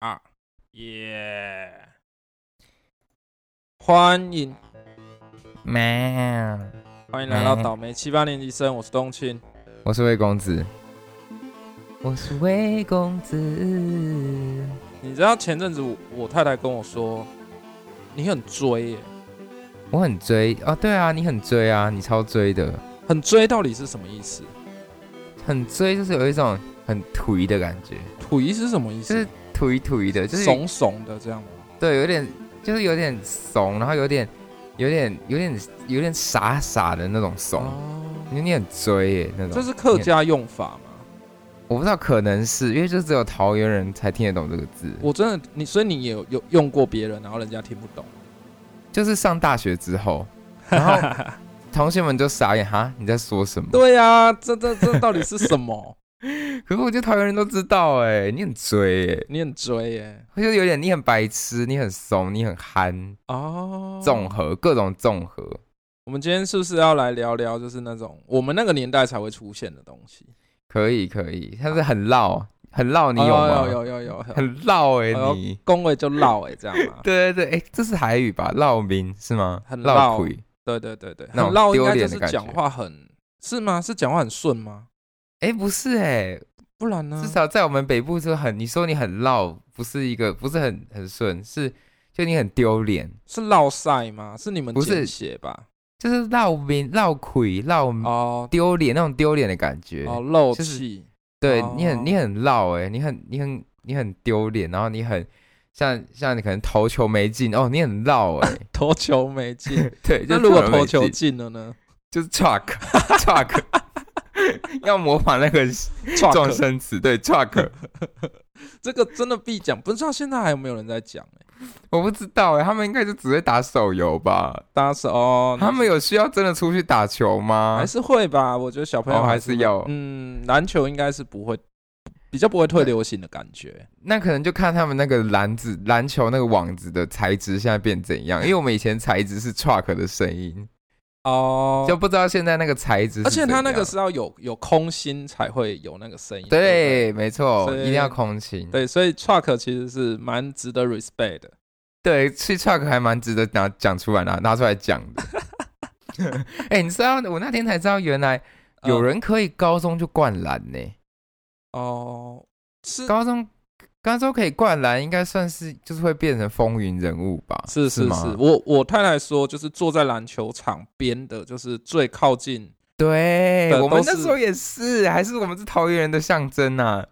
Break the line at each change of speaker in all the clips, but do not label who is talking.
二，
耶！
欢迎
喵，
欢迎来到
嗯
倒霉七八年级生，我是冬青。
我是魏公子，我是魏公子。
你知道前阵子我我太太跟我说，你很追耶，
我很追哦，对啊，你很追啊，你超追的，
很追到底是什么意思？
很追就是有一种很土的感觉，
土一是什么意
就
思
是？土土的，就是
怂怂的这样吗？
对，有点就是有点怂，然后有点有点有点有点傻傻的那种怂，
哦，
你你很追耶那种。
这是客家用法
嗯
吗？
我不知道，可能是因为就只有桃园人才听得懂这个字。
我真的你，所以你也有有用过别人，然后人家听不 懂。
就是上大学之后，然后同学们就傻眼，哈，你在说什么？
对呀、这这这到底是什么？
可是我觉得桃园人都知道哎、你很追哎、
你很追 耶？
我就有点你很白痴，你很怂，你很憨，
哦，
综合各种综合。
我们今天是不是要来聊聊，就是那种我们那个年代才会出现的东西？
可以可以，他是很绕，很绕，你有吗？
哦有有有有有，
很欸绕哎、
哎呦
你。。
恭维就绕哎、这样嘛
对对对，哎、这是台语吧？绕民是吗？
很绕
绕腿。
对对对对，
那种
很绕应该就
丢脸的
是
感觉
讲话很是吗？是讲话很顺吗？
哎、不是哎、
不然呢
至？少在我们北部是很，你说你很绕，不是一个，不是很很顺，是就你很丢脸，
是绕赛吗？是你们
不是
简写吧？
就是绕民绕腿绕
哦
丢脸那种丢脸的感觉。
哦，漏
嗯就是
气
对
哦
你很你很绕哎、你很你很你很丢脸，然后你很像像你可能投球没进哦，你很绕哎、
投球没进。
对，
那
就
如果
突然没
投球
进
进了呢？
就是 truck truck，要模仿那个撞
Truck，
生词，对 truck，
这个真的必讲，不知道现在还有没有人在讲哎、
我不知道哎、他们应该就只会打手游吧？
大家是哦，
他们有需要真的出去打球吗
还？是会吧？我觉得小朋友
啊哦还
是
是要
会嗯，篮球应该是不会，比较不会退流行的感觉。
那可能就看他们那个篮子篮球那个网子的材质现在变怎样，因为我们以前材质是 truck 的声音，
哦，
就不知道现在那个材质是
而
怎
且
样。
它那个是要有有空心才会有那个声音。
对，
不
没错，
所以
一定要空勤。
对，所以 truck 其实是蛮值得 respect 的。
对，去 truck 还蛮值得拿讲出来拿拿出来讲的。 哎、你知道我那天才知道，原来
呃
有人可以高中就灌篮呢、
哦，是
高中高中可以灌篮，应该算是就是会变成风云人物吧？
是
是
是
吗
是，我我太太说，就是坐在篮球场边的，就是最靠近，
对
对，
我们
都
那
是
时候也是，还是我们是桃园人的象征啊。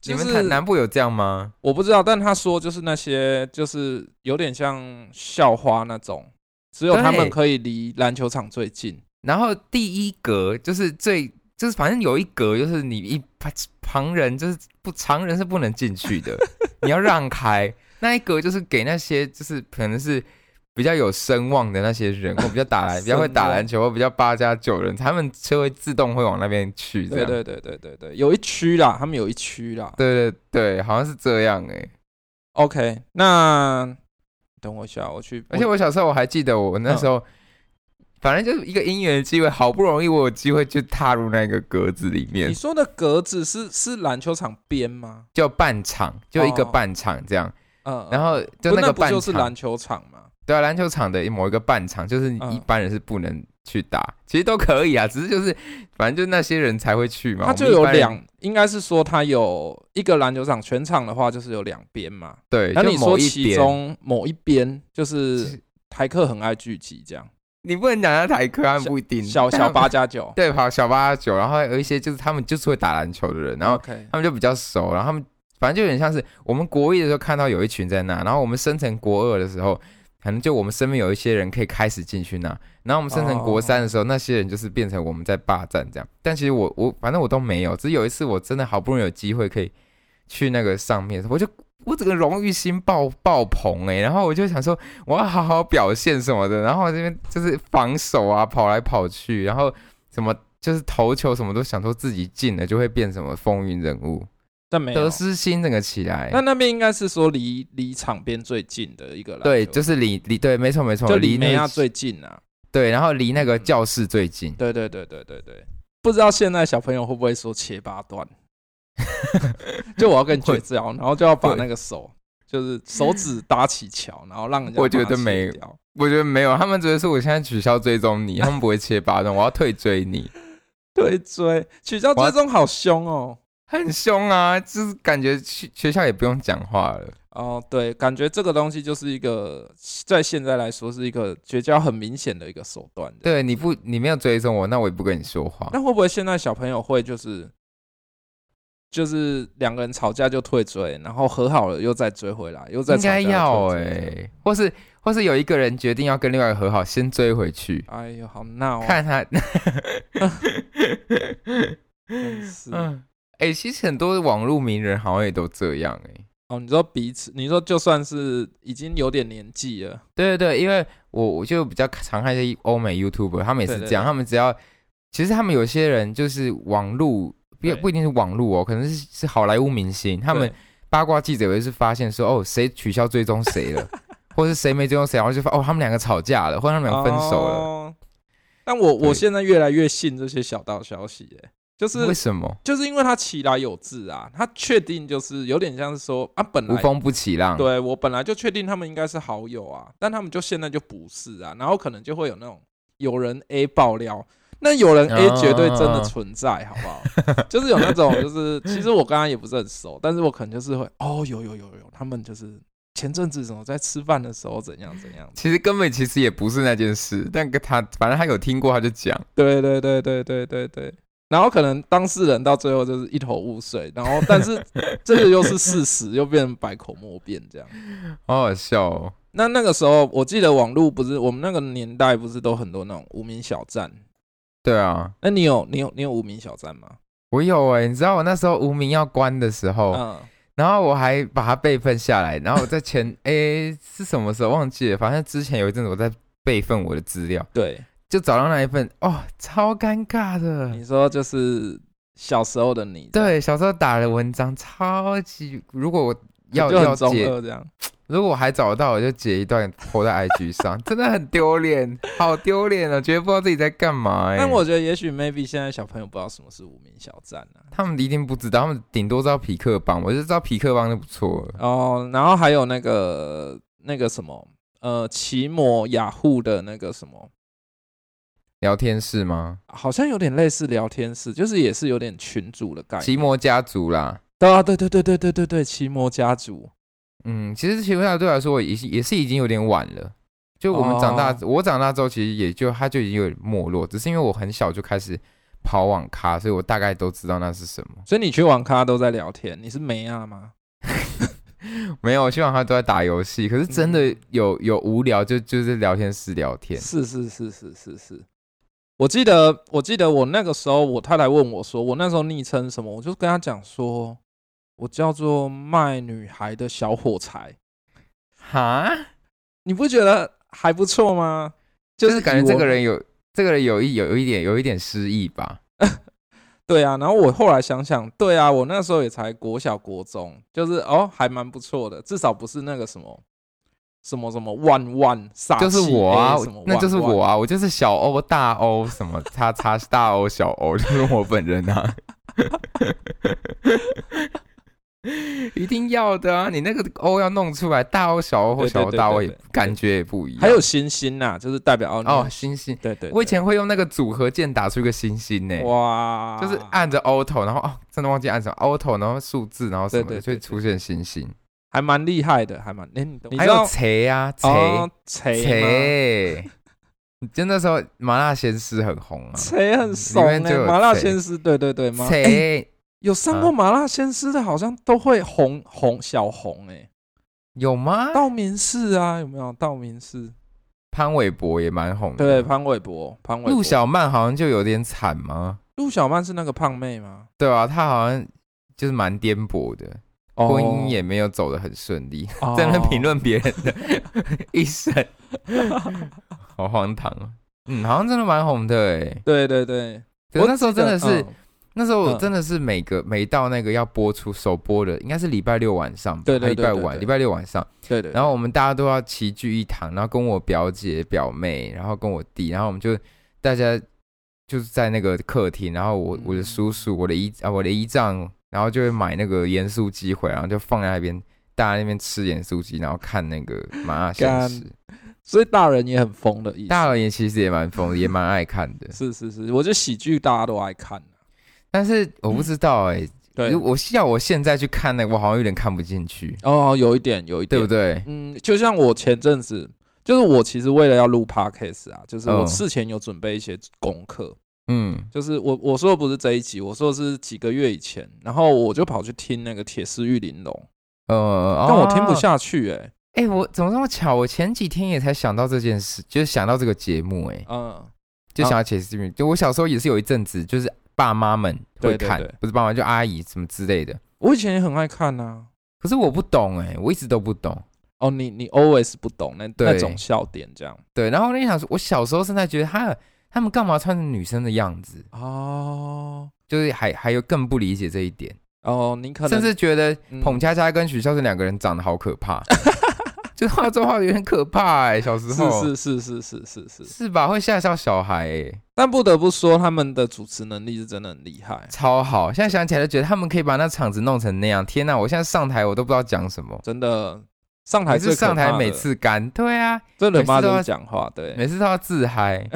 就
你们台
是
南部有这样吗？
我不知道，但她说就是那些就是有点像校花那种，只有他们
对
可以离篮球场最近。
然后第一格就是最就是反正有一格就是你一旁旁人就是不常人是不能进去的，你要让开那一格就是给那些就是可能是比较有声望的那些人，或比较打篮比较会打篮球或比较八加九人，他们就会自动会往那边去这
对
样。
对对对对对，有一区啦，他们有一区啦。
对对对好像是这样哎、
OK，那等我一下，我嗯去。
而且我小时候我还记得我那时候。反正就是一个姻缘的机会，好不容易我有机会去踏入那个格子里面
你，说的格子是是篮球场边吗？
就半场，就一个
哦
半场这样。
嗯，
然后就
不
那个
不
半
就是
场
篮，球场吗？
对啊，篮球场的某一个半场，就是
嗯
一般人是不能去打，其实都可以啊，只是就是反正就那些人才会去嘛。
它
我们
就
一
有
般人
两，应该是说它有一个篮球场，全场的话就是有两边嘛。
对，
那
就
你
某
说
一
其
边，
中某一边就是
是
台客很爱聚集这样，
你不能讲他台客，他们
小
不一定
小
但他
小
们
八加九。
对，跑小八九，然后有一些就是他们就是会打篮球的人，然后
OK，
他们就比较熟，然后他们反正就有点像是我们国一的时候看到有一群在那，然后我们升成国二的时候。可能就我们身边有一些人可以开始进去那，然后我们升成国三的时候那些人就是变成我们在霸占这样。但其实我我反正我都没有，只是有一次我真的好不容易有机会可以去那个上面，我就我整个荣誉心爆爆棚哎、然后我就想说我要好好表现什么的，然后我这边就是防守啊，跑来跑去，然后什么就是投球什么都想说自己进了就会变什么风云人物，
但没有
得。失心整个起来
那。那边应该是说离离场边最近的一个篮球
对，就是离离对，没错没错，
就离梅
那
亚
个
最近啊。
对，然后离那个
嗯
教室最近。
对对对对对对，不知道现在小朋友会 不会说切八段？就我要跟你绝交，然后就要把那个手就是手指搭起桥，然后让人家
我觉
把它
得
切
没
掉
我觉得没有，他们只会说我现在取消追 踪你，他们不会切巴掌，我要退追你，
对追取消追
我
踪好凶哦。
很凶啊，就是感觉学学校也不用讲话了。
哦，对，感觉这个东西就是一个在现在来说是一个绝交很明显的一个手段的。
对，你不你没有追踪我，那我也不跟你说话。
那会不会现在小朋友会就是就是两个人吵架就退追，然后和好了又再追回来，又再
应
吵架
该
又
要哎、
退追这样
或是或是有一个人决定要跟另外一个和好，先追回去，
哎呦，好闹、哦，
看他。
真是
嗯，哎、其实很多网络名人好像也都这样哎、
哦。你说彼此，你说就算是已经有点年纪了，
对对对，因为我我就比较常看一些欧美 YouTuber，他们也是
对对
这样，
对
他们只要其实他们有些人就是网络，不
对
不一定是网络哦，可能是是好莱坞明星，他们
对
八卦记者也是发现说哦谁取消追踪 谁了，或是谁没追踪谁，然后就发哦他们两个吵架了，或者他们俩分手了，
哦但我
对
我现在越来越信这些小道消息、欸，就是
为什么
就是因为他起来有志啊，他确定就是有点像是说啊，本
无
来
风不起浪？
对我本来就确定他们应该是好友啊，但他们就现在就不是啊，然后可能就会有那种有人 A 爆料，那有人 A
哦
绝对真的存在，好不好？就是有那种就是其实我刚刚也不是很熟，但是我可能就是会哦，有有有有，他们就是前阵子怎么在吃饭的时候怎样怎样，
其实根本其实也不是那件事，但跟他反正他有听过他就讲，
对对对对对对对。然后可能当事人到最后就是一头雾水，然后但是这个又是事实，又变成百口莫辩这样。
好好笑哦。
那那个时候，我记得网络不是我们那个年代不是都很多那种无名小站？
对啊，
那你有你有你有无名小站吗？
我有哎、你知道我那时候无名要关的时候，
嗯，
然后我还把它备份下来，然后我在前诶、是什么时候忘记了，反正之前有一阵子我在备份我的资料，
对，
就找到那一份，哦，超尴尬的。
你说就是小时候的你，，
对，小时候打的文章超级，如果我要
就
要
很中
截，
二这样。
如果我还找得到，我就截一段 po 在 IG 上，真的很丢脸，好丢脸哦，觉得不知道自己在干嘛、诶欸
但我觉得也许 maybe 现在小朋友不知道什么是无名小站啊。
他们一定不知道，他们顶多知道匹克帮，我就知道匹克帮就不错了。
哦，然后还有那个那个什么，呃，奇摩雅虎的那个什么，
聊天室吗？
好像有点类似聊天室，就是也是有点群主的概念。
奇摩家族啦。
对啊，对对对对对对对，奇摩家族。
嗯，其实奇摩家族对我来说，我也是也是已经有点晚了。就我们长大，
哦
我长大之后，其实也就它就已经有点没落，只是因为我很小就开始跑网咖，所以我大概都知道那是什么。
所以你去网咖都在聊天，你是梅亚吗？
没有，我希望他都在打游戏，可是真
嗯
的有有无聊就就是聊天室聊天。
是是是是是是。我记得，我记得我那个时候，我太太问我说，我那时候昵称什么，我就跟她讲说，我叫做卖女孩的小火柴。
哈，
你不觉得还不错吗？就
就是感
以
觉这
我
个人有这个人有一有一点有一点失忆吧。
对啊。然后我后来想想，对啊，我那时候也才国小国中，就是哦，还蛮不错的，至少不是那个什么什么什么万万傻气 A
就
什
是
么万万，
我啊，那就是我啊，我就是小欧、大欧什么叉叉大欧、小欧，就是我本人啊。 一定要的啊！你那个欧要弄出来，大欧、小欧或
对对
小欧、
对
大欧
对
也
对
感觉也不一样。
还有星星呐、就是代表哦，
哦，星星，
对对，
我以前会用那个组合键打出一个星星呢
对，哇，
就是按着 Auto，然后哦，真的忘记按什么 Auto，然后数字，然后什么
对对
的就会
对对
出现星星。
还蛮厉害的，还蛮哎、你你
还
知
有
道
锤啊，锤
哦，锤吗
锤， 就那时候麻辣鲜师很红啊。
锤很怂
里面就
哎、
有
麻辣
贼
鲜师，对对对，麻哎
谁、
有上
嗯
过麻辣鲜师的，好像都会红红小红哎、
有吗？
道明寺啊，有没有道明寺？
潘玮柏也蛮红的，
对，潘玮柏，潘玮柏
嗯陆小曼好像就有点惨吗？
陆小曼是那个胖妹吗？
对啊，她好像就是蛮颠簸的，
哦
婚姻也没有走得很顺利，
哦
在那评论别人的 一生，好荒唐啊！嗯，好像真的蛮红的哎。
对对对，
我那时候真的
记得
是，
嗯
那时候我
嗯
真的是每个每到那个要播出首播的，应该是礼拜六晚上吧，
对对
还礼
对
拜
对
五晚，
对
礼拜六晚上。
对对，
然后我们大家都要齐聚一堂，然后跟我表姐、表妹，然后跟我弟，然后我们就大家就是在那个客厅，然后我
嗯
我的叔叔、我的姨啊、我的姨丈，然后就会买那个盐酥鸡回来，然后就放在那边大家那边吃盐酥鸡，然后看那个麻辣鲜师。
所以大人也很疯的意思。
大人也其实也蛮疯的，也蛮爱看的。
是是是，我觉得喜剧大家都爱看、啊
但是我不知道哎、
对
如，我要我现在去看那个，我好像有点看不进去，
哦，有一点，有一
对
点，
不对？
嗯，就像我前阵子，就是我其实为了要录 podcast 啊，就是我
嗯
事前有准备一些功课，
嗯，
就是我我说的不是这一集，我说的是几个月以前，然后我就跑去听那个《铁丝玉玲珑》，
呃，
但我听不
哦。
下去、欸，
哎、我怎么这么巧？我前几天也才想到这件事，就是想到这个节目、哎，
嗯，
就想要解释就我小时候也是有一阵子，就是爸妈们会
对对
看，
对
不是爸妈就阿姨什么之类的。
我以前也很爱看呐、
可是我不懂哎、我一直都不懂。
哦，你你 always 不懂那
对
那种笑点这样
对，然后我就想说，我小时候现在觉得他他们干嘛穿成女生的样子，
哦
就是还还有更不理解这一点，
哦，你可
甚
能
至觉得
嗯
彭佳佳跟许孝顺两个人长得好可怕， 就画妆画的有点可怕哎、小时候
是是是是是是是，
是吧？会吓到小孩哎、
但不得不说他们的主持能力是真的很厉害，
超好！现在想起来就觉得他们可以把那场子弄成那样，天哪！我现在上台我都不知道讲什么，
真的上台
还
最
是
可怕
上台
的
每次干，对啊，
真的
每次
妈
都
都
要
是讲话对，
每次都要自嗨。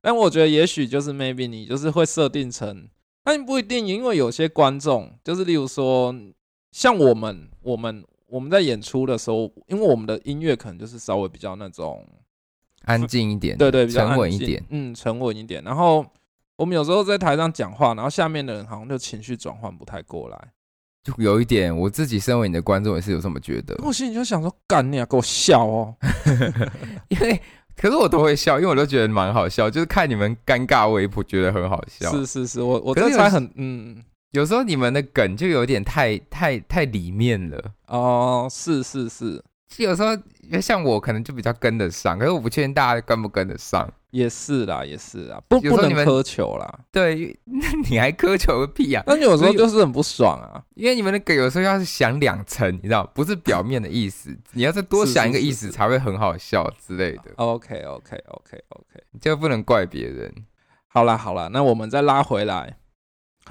但我觉得也许就是 maybe 你就是会设定成，但不一定，因为有些观众就是例如说，像我们我们我们在演出的时候，因为我们的音乐可能就是稍微比较那种，
安静一点，
对对，比较
沉稳
安
一
静
点，，
嗯，沉稳一点。然后我们有时候在台上讲话，然后下面的人好像就情绪转换不太过来，
就有一点。我自己身为你的观众也是有这么觉得
然，后我心里就想说，干你啊，给我笑哦，
因为可是我都会笑，因为我都觉得蛮好笑，就是看你们尴尬，我也不觉得很好笑。
是是是，我我
可是
这
有
才
时
很嗯。
有时候你们的梗就有点太太太里面了，
哦，是是是，
就有时候像我可能就比较跟得上，可是我不确定大家跟不跟得上。
也是啦，也是啦，不
有时
不
候
能
你们
苛求啦。
对，那你还苛求个屁啊！
但有时候就是很不爽啊。
因为你们的梗有时候要是想两层，你知道，不是表面的 意思，你要再多
是
想
是
一个
是
意思
是
才会很好笑之类的，
OK OK OK OK，
就不能怪别人。
好啦好啦，那我们再拉回来。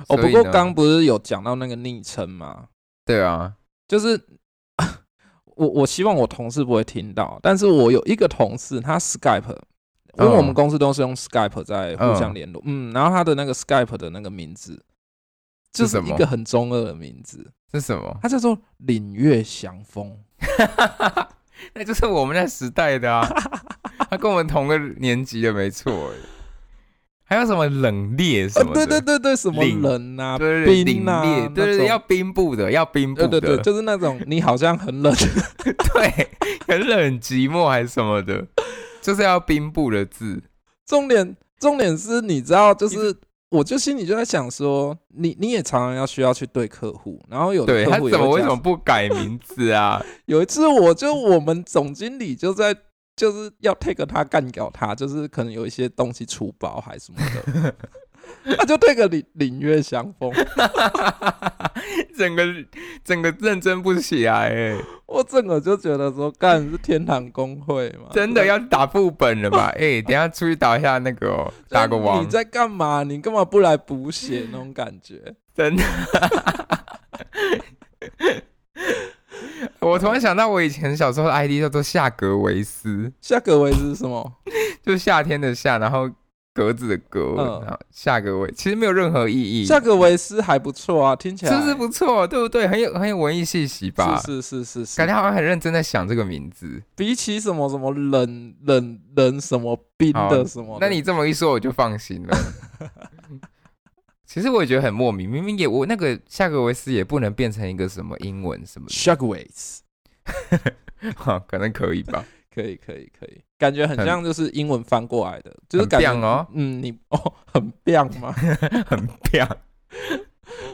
哦，
所
不
以
过
呢
刚不是有讲到那个昵称吗？
对啊，
就是 我我希望我同事不会听到，但是我有一个同事，他 Skype，因为
嗯
我们公司都是用 Skype 在互相
嗯
联络，嗯，然后他的那个 Skype 的那个名字。就是是
什
一
么
个很中二的名字，
是 什么？
它叫做“领月祥风
那就是我们那时代的 啊，他跟我们同个年级的，没错欸。还有什么冷冽”什么的，
哦对对对对，什么
领
人呐、
对对
冰
凛
啊
冽，对
那
对
种
对，要兵部的，要兵部
对
的，
对对，就是那种你好像很冷，
对， 很冷很寂寞还是什么的，就是要兵部的字。
重点重点是，你知道，就
你
是我就心里就在想说，你你也常常要需要去对客户，然后有的
对
哦客
他
户
怎
也
么
会
为
这
什
样。
么不改名字啊？
有一次，我就我们总经理就在就是要 take 他干掉他，就是可能有一些东西出包还什么的， 他就 take 领领月相风，
整个整个认真不起来、欸，
我整个就觉得说，干是天堂工会嘛，
真的要打副本了 吧？哎、等一下出去打一下那个、哦，打个
王，
王
你。在干嘛？你干嘛不来补血那种感觉？
真的。我突然想到，我以前小时候的 ID 叫做夏格维斯，
下个位置是什么？
就是夏天的夏，然后格子的格，
嗯
然后夏格维，其实没有任何意义，
夏格维斯还不错啊，听起来
是不是不错？对不对？很有很有文艺气息吧？
是是是是是，
感觉好像很认真在想这个名字。
比起什么什么冷冷冷什么冰的
好
什么的，
那你这么一说，我就放心 了。其实我也觉得很莫名，明明也我那个夏格维斯也不能变成一个什么英文什么
Shark Waves
的，哈 可能可以 吧？
可以可以可以，感觉很
很
像就是英文翻过来的，就是
很
感觉
棒哦
嗯，你 哦很棒吗？
很漂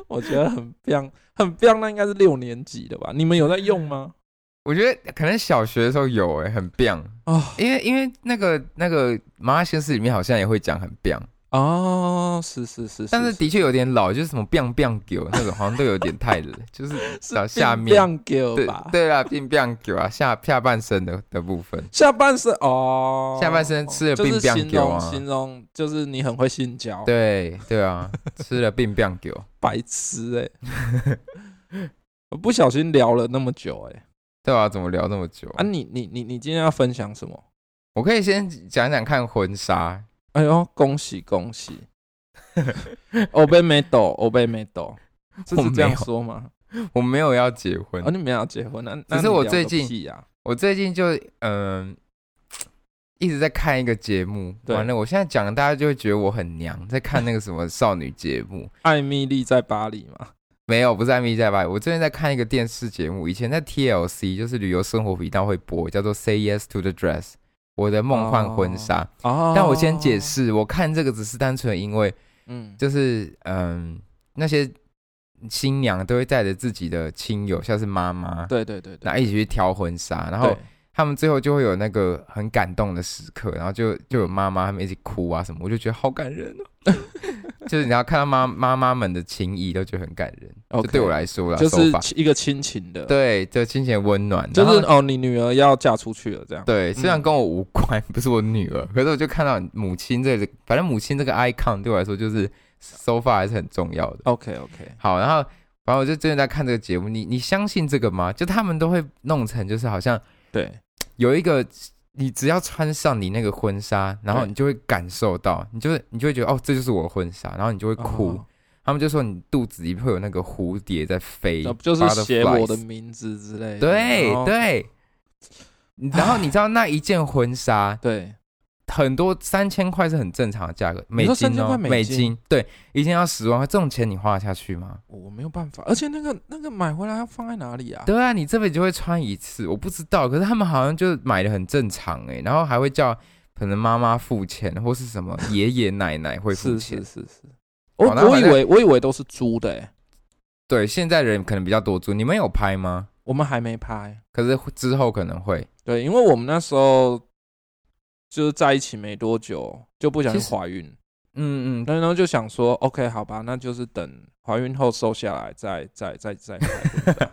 我觉得很棒，很棒，那应该是六年级的吧？你们有在用 吗？
我觉得可能小学的时候有哎、很 biang，
啊
因为因为那个那个麻辣鲜师里面好像也会讲很 biang，
哦，是是是，
但是的确有点老，就是什么 biang biang 狗那种，好像都有点 太冷，就是
是
到下面
冰冰狗
对
吧？
对啦，biang biang 狗啊，下下半身的的部分，
下半身哦，
下半身吃了
就是
冰冰
形
狗
容
啊
形容就是你很会性交，
对对啊，吃了 biang biang 狗，
白痴哎、欸我不小心聊了那么久、欸，哎，
对啊，怎么聊那么久？
啊，你你你你今天要分享什么？
我可以先讲讲看婚纱，
哎呦，恭喜恭喜！ 欧贝美斗，欧贝美斗，这
我
是这样
没有
说吗？
我没有要结婚
啊，，你们要结婚啊？那
只是
你
我
聊
最
个
近
屁啊，
我最近就嗯、一直在看一个节目，
对
完了，我现在讲大家就会觉得我很娘，在看那个什么少女节目。
艾米丽在巴黎嘛？
没有，不是《艾米在吧？我最近在看一个电视节目，以前在 TLC 就是旅游生活频道会播，叫做《Say Yes to the Dress》，我的梦幻婚纱。
哦，
但我先解，释，我看这个只是单纯因为，
嗯，
就是嗯，那些新娘都会带着自己的亲友，像是妈妈，
对对对对，
然后一起去挑婚纱，然后
对
他们最后就会有那个很感动的时刻，然后就就有妈妈他们一起哭啊什么，我就觉得好感人哦。 就是你要看到妈妈妈们的情谊，都觉得很感人。这
OK
对我来说啦，
就
手
是
法
亲一个亲情的，，
对，就亲情温暖。
就
然后
是哦，你女儿要嫁出去了，这样，
对，虽然
嗯
跟我无关，不是我女儿，可是我就看到母亲这个，反正母亲这个 icon 对我来说就是 so far 还是很重要的。
，OK OK，
好，然后反正我就真的在看这个节目，你你相信这个吗？就他们都会弄成就是好像
对，
有一个，你只要穿上你那个婚纱，然后
对
你就会感受到，你就会你就会觉得哦，这就是我的婚纱，然后你就会哭。
哦
他们就说你肚子里会有那个蝴蝶在飞，
那不就是写我的
butterflies
名字之类的？
对
然后
对。然后你知道那一件婚纱
对，
很多三千块是很正常的价格，美
你说
金
3000
哦，
块
美
美金
对，一件要十万块，这种钱你花得下去吗？
我没有办法，而且那个那个买回来要放在哪里啊？
对啊，你这辈子就会穿一次，我不知道，可是他们好像就买的很正常哎，然后还会叫可能妈妈付钱或是什么爷爷奶奶会付
是
钱
是，是是，我
哦那
我
好
以
像
为我以为都是租的，欸
对，现在人可能比较多租，你们有拍吗？
我们还没拍，
可是之后可能会，
对，因为我们那时候就是在一起没多久，就不小心
其实
怀孕，
嗯嗯，
然后就想说，OK，好吧，那就是等怀孕后瘦下来再再再再 拍。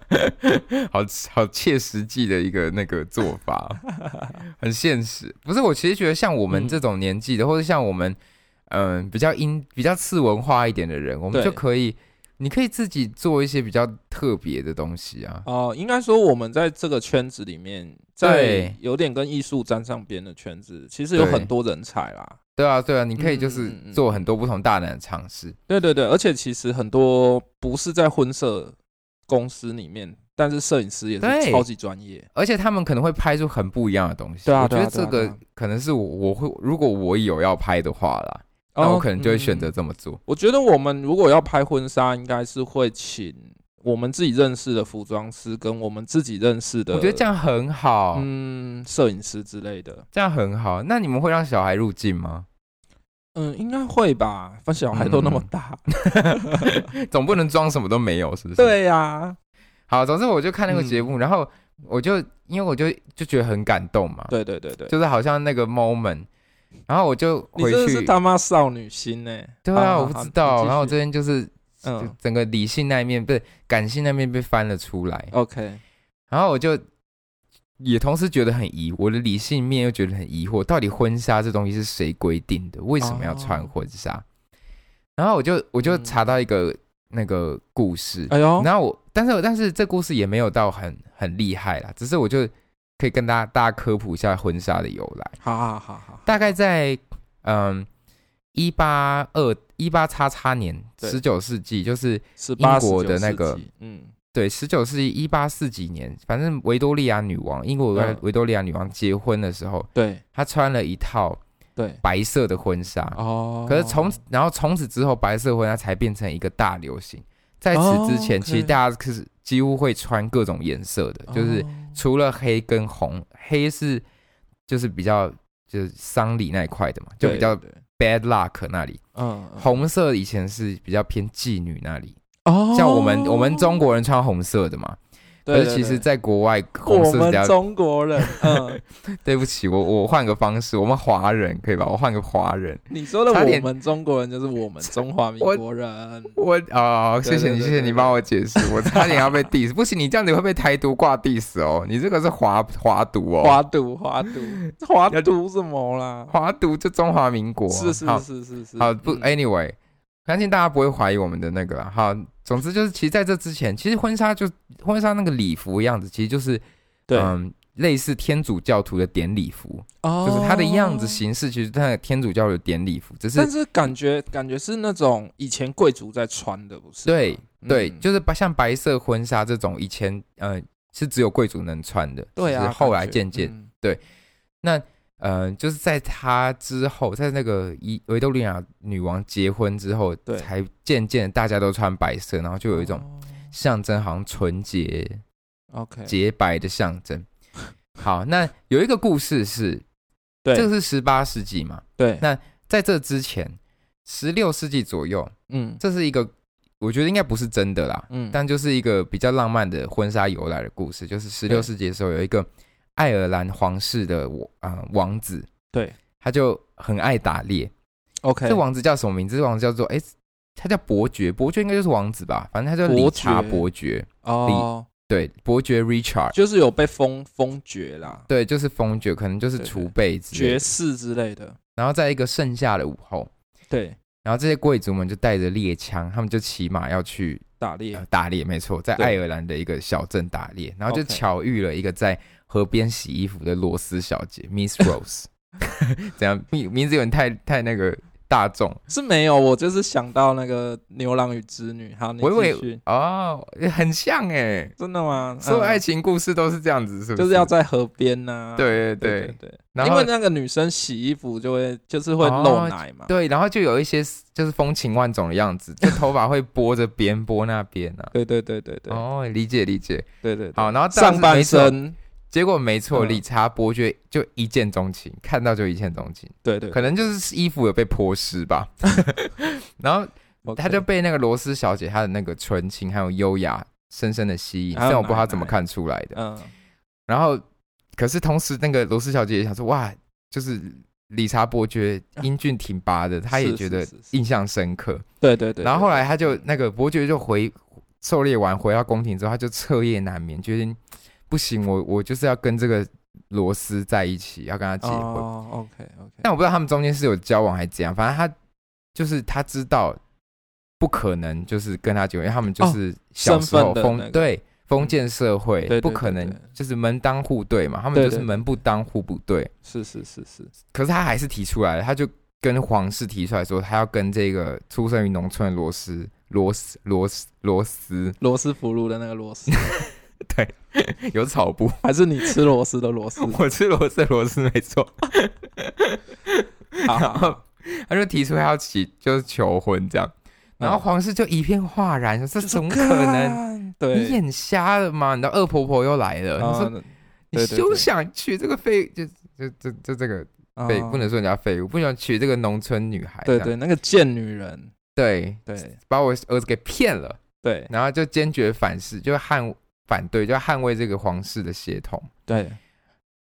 好好切实际的一个那个做法， 很现实。不是，我其实觉得像我们
嗯
这种年纪的，或者像我们嗯、比较英比较次文化一点的人，我们
对
就可以，你可以自己做一些比较特别的东西啊。
哦、应该说我们在这个圈子里面，在
对
有点跟艺术沾上边的圈子，其实有
对
很多人才啦。
对啊，对啊，你可以就
嗯
是
嗯嗯
做很多不同大胆的尝试。
对对对，而且其实很多不是在婚摄公司里面，但是摄影师也
对
是超级专业。
而且他们可能会拍出很不一样的东西，
对啊
我觉得
对
这
啊对啊对
个
啊
可能是我我会，如果我有要拍的话啦，那我可能就会选择
嗯
这么做。
我觉得我们如果要拍婚纱，应该是会请我们自己认识的服装师跟我们自己认识的，
我觉得这
样，
样很好，
嗯，摄影师之类的，
这样很好。那你们会让小孩入镜吗？
嗯，应该会吧，反正小孩都那么
嗯
大，
总不能装什么都没有，是不是？。
对嗯呀、
好，总之我就看那个节目，然后我就因为我就就觉得很感动嘛，
对对对对，
就是好像那个 moment，然后我就
你
回
真的是
去，
他妈少女心呢、
对
好
啊，
好
我不
好
知
你
道，
继
然后我
续
这边就是就
嗯
整个理性那一面被感性那面被翻了出来，
，OK，
然后我就也同时觉得很疑，我的理性面又觉得很疑惑，到底婚纱这东西是谁规定的？为什么要穿婚纱？然后我就我就
嗯
查到一个、那个故事，
哎呦，
然后我但是但是这故事也没有到很很厉害啦，只是我就可以跟大家大家科普一下婚纱的由来。
好好好好，
大概在嗯一八二一八叉叉年，
对
十九世纪就是
十八
英国的那
19
个，
世纪嗯，
对，十九世纪一八四几年，反正维多利亚女王，英国维
嗯
维多利亚女王结婚的时候，
对
她穿了一套
对，
白色的婚纱，
哦，
可是从此然后从此之后，白色婚纱才变成一个大流行。在此之前，
哦，OK
其实大家是几乎会穿各种颜色的，就是
哦
除了黑跟红，黑是就是比较就是丧礼那一块的嘛，就比
对
较
对对
bad luck 那里。
嗯，嗯
红色以前是比较偏妓女那里，
哦，
像我们我们中国人穿红色的嘛，
对，
可
对
是其实，
对
在国外红
我
色是比
们
较……
中国 人，嗯，
对不起，我我换个方式，我们华人可以吧？我换个华人，
你说的
差
我
点
们中国人就是我们中华民
我
国人，
我哦，谢
对
谢
对
你，
对
谢
对
谢你
对
帮我解释，我差点要被 diss，不行，你这样子会被台独挂 diss 哦，你这个是华华独哦，
华独华独华独什么啦？
华独就中华民国啊，
是是
好
是是是，
好不哎
嗯
，anyway，相信大家不会怀疑我们的那个啦。好，总之就是，其实在这之前，其实婚纱就婚纱那个礼服样子，其实就是
对，
嗯，类似天主教徒的典礼服，
哦
就是它的样子形式，其实它的天主教的典礼服，只是
但是感觉感觉是那种以前贵族在穿的，不是吗？
对
嗯
对，就是白像白色婚纱这种，以前呃是只有贵族能穿的，
对
只
啊，
是后来
感觉
渐渐，
嗯
呃，就是在她之后，在那个伊维多利亚女王结婚之后，
对
才渐渐大家都穿白色，然后就有一种象征，好像纯洁、
哦 OK
洁白的象征。好，那有一个故事是，
对
这个是十八世纪嘛，
对，
那在这之前，十六世纪左右，
嗯
这是一个我觉得应该不是真的啦，
嗯，
但就是一个比较浪漫的婚纱由来的故事，就是十六
对
世纪的时候，有一个爱尔兰皇室的王啊、王子，
对，
他就很爱打猎。
OK
这王子叫什么名字？这王子叫做哎、他叫伯爵，伯爵应该就是王子吧，反正他叫
伯爵
理查伯爵，
哦，
对，伯爵 Richard，
就是有被封封爵啦，
对，就是封爵，可能就是
对对
储备之类
爵
的。
士之类的，
然后在一个盛夏的午后，
对，
然后这些贵族们就带着猎枪，他们就骑马要去
打
呃
猎，
打猎，没错，在
对
爱尔兰的一个小镇打猎，然后就
OK
巧遇了一个在河边洗衣服的罗斯小 姐 Miss Rose。怎样名名字有点太太那个大众？
是没有，我就是想到那个牛郎与织女，好，你
我以
继
为
续，
哦，很像哎，
真的吗？
所有
嗯
爱情故事都是这样子，是不
就是要在河边呐，
对对
对
对，
对，
然
因
后
为那个女生洗衣服就会就是会
哦
露奶嘛，
对，然后就有一些就是风情万种的样 子，就头发会拨着边拨那边啊。
对对对对对
哦，理解理解。
对对，对
好，然后但是
上半
没错
身，
结果没错，
嗯
理查伯爵就一见钟情，看到就一见钟情，
对对，
可能就是衣服有被泼湿吧。 然后他就被那个罗斯小姐她的那个纯情还有优雅深深的吸引，虽
还有
然我不知道她怎么
奶奶
看出来的。
嗯，
然后，可是同时那个罗斯小姐也想说，哇，就是理查伯爵英俊挺拔的，她也
是
觉
是
得
是是
印象深刻。
对对对，
然后后来他就
嗯
那个伯爵就回狩猎完回到宫廷之后，他就彻夜难眠，决定不行，我我就是要跟这个罗斯在一起，要跟他结婚。
哦，OK OK，
但我不知道他们中间是有交往还是怎样，反正他就是他知道不可能就是跟他结婚，因为他们就是小时候
哦身份的
封、
那个
对封建社会，
对对
不可
对
能
对
就是门当户对嘛，他们
对
就是
对
门不当户不对。
是是是是，
可是他还是提出来了，他就跟皇室提出来说，他要跟这个出生于农村的罗斯罗斯罗斯罗斯
罗斯福路的那个螺丝，
有草布，
还是你吃螺丝的螺丝？
我吃罗斯罗斯没错。
好
然
好
后他就提出要起就是求婚这样，然后皇室就一片哗然，说这
嗯就
怎
说
么可能？
干？
你
对，啊
眼瞎了吗？你的恶婆婆又来了，你说你
对对
休
对
想娶这个废，就就就就这个废，不能说人家废物，不想娶这个农村女孩
啊对
这样，
对，那个贱女人，
对，
对
把我儿子给骗了。
对
然后就坚决反噬，就捍反对，就捍卫这个皇室的血统。
对，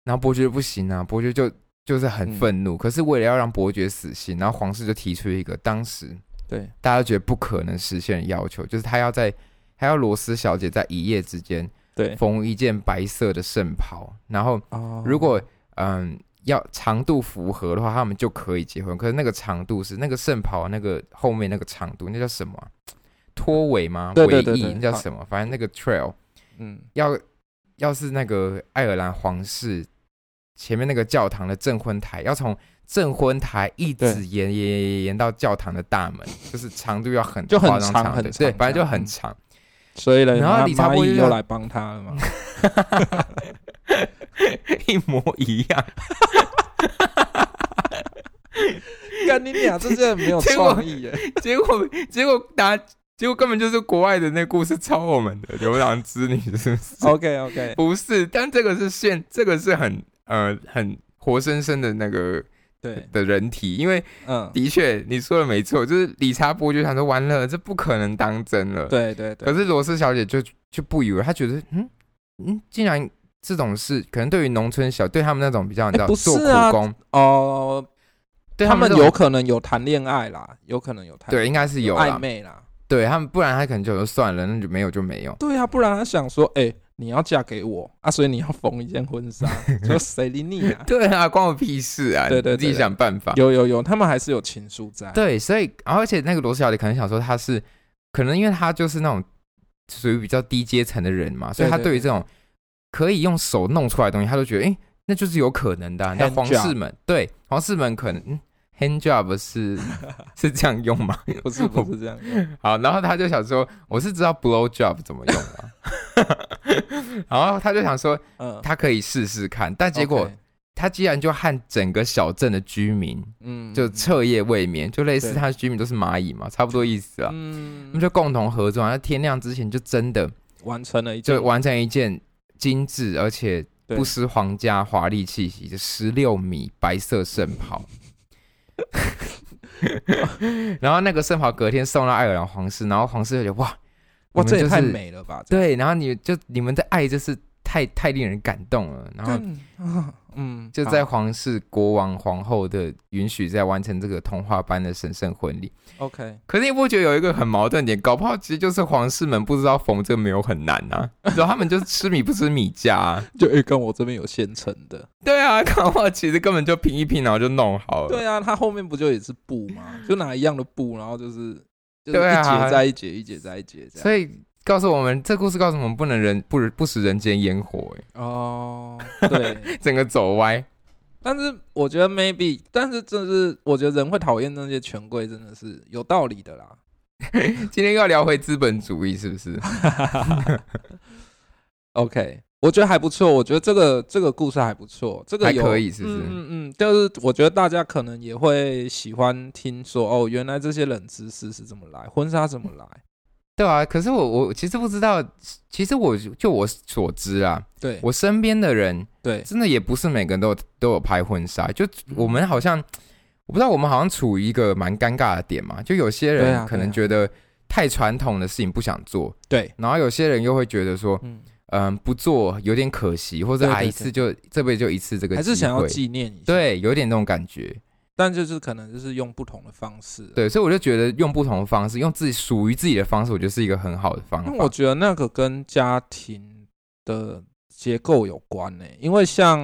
然后伯爵不行啊，伯爵就就是
嗯
很愤怒。可是为了要让伯爵死心，然后皇室就提出一个当时
对
大家都觉得不可能实现的要求，就是他要在他要罗斯小姐在一夜之间
对，
缝一件白色的圣袍，然后
哦
如果嗯。要长度符合的话，他们就可以结婚。可是那个长度是那个圣袍那个后面那个长度，那叫什么啊、拖尾吗？
对对
尾
对
翼
对啊
那叫
好
什么？反正那个 trail
嗯
要要是那个爱尔兰皇室前面那个教堂的证婚台，要从证婚台一直
对
延延延延延到教堂的大门，就是长度要很
就很
夸张
长
的
很长
对，反正
这
就
样嗯
很长。
所以呢，
然后
那
理查
蚂
波就
蚁
想
又来帮他 了嘛？
一模一样，
干你俩，这些人没有
结果
创意 耶！
结果结果大家结果根本就是国外的那故事抄我们的《牛郎织女》，是不是？
OK OK，
不是，但这个是现，这个是很呃很活生生的那个
对，
的人体，因为
嗯，
的确，你说的没错，就是理查伯爵想说完了，这不可能当真了。。
对对
可
对，
是罗斯小姐就就不以为，她觉得嗯嗯，竟然这种事，可能对于农村小，对他们那种比较你知道、
不
做
是
苦
啊
工，
哦，
对
他
们
们
这种
有可能有谈恋爱啦，有可能有谈
对应该是有
暧
啦，
昧啦。
对他们，不然他可能就说算了，那就没有就没有。
对啊，不然他想说，哎、你要嫁给我啊，所以你要缝一件婚纱， 就谁理你啊？
对啊，关我屁事啊！
对对对
你自己想办法。
有有有，他们还是有情愫在。
对，所以而且那个罗斯小姐可能想说他是，可能因为他就是那种属于比较低阶层的人嘛，所以他
对
对于
对
这种可以用手弄出来的东西，他都觉得哎、诶那就是有可能的、啊。那
Hand
皇室们，对皇室们可能、嗯、hand job 是是这样用吗？
不是不是这样，
好，然后他就想说我是知道 blow job 怎么用啊， 然后他就想说
嗯，
他可以试试看，但结果
OK，
他既然就和整个小镇的居民
嗯
就彻夜未眠，就类似
对
他的居民都是蚂蚁嘛，差不多意思啊。他们
嗯，
就共同合作，然后天亮之前就真的
完成了一件
就完成一件精致而且不失皇家华丽气
嗯
息的十六米白色圣 袍。然后那个圣袍隔天送到爱尔兰皇室，然后皇室就觉得哇，
哇，
你们
这也
就是
太美了吧？
对，然后你就你们的爱就是太太令人感动了，然后
但啊，嗯，
就在
好
皇室国王皇后的允许在完成这个童话般的神圣婚礼。
OK，
可是你不觉得有一个很矛盾点？搞不好其实就是皇室们不知道缝这个没有很难啊，然后他们就是吃米不吃米价啊。
就哎，跟我这边有现成的。
对啊，搞不好其实根本就拼一拼，然后就弄好了。
对啊，它后面不就也是布吗？就拿一样的布，然后就是就是
对
一
啊
节再一节，一节再一节这样。
所以告诉我们，这故事告诉我们，不能人不不食人间烟火、 欸，
哦，对。
整个走歪。
但是我觉得 maybe，但是这是我觉得人会讨厌那些权贵，真的是有道理的啦。
今天又要聊回资本主义，是不是？
OK，我觉得还不错，我觉得这个这个故事还不错，这个
还
有
可以是不是
嗯嗯嗯，就是我觉得大家可能也会喜欢听说哦，原来这些冷知识是怎么来，婚纱怎么 来，
对啊，可是我我其实不知道，其实我就我所知啊，
对
我身边的人
对，
真的也不是每个人都有都有拍婚纱，就
嗯
我们好像我不知道，我们好像处于一个蛮尴尬的点嘛，就有些
对啊对
人
啊
可能觉得太传统的事情不想做，
对，
然后有些人又会觉得说，
嗯，
嗯，不做有点可惜，或者
对对
啊一次就这辈子就一次这个
还是
机
想要
会
纪念一下，，
对，有点那种感觉，
但就是可能就是用不同的方式，。
对，所以我就觉得用不同的方式，用自己属于自己的方式，我觉得是一个很好的方
那
法
我。觉得那个跟家庭的结构有关呢、因为像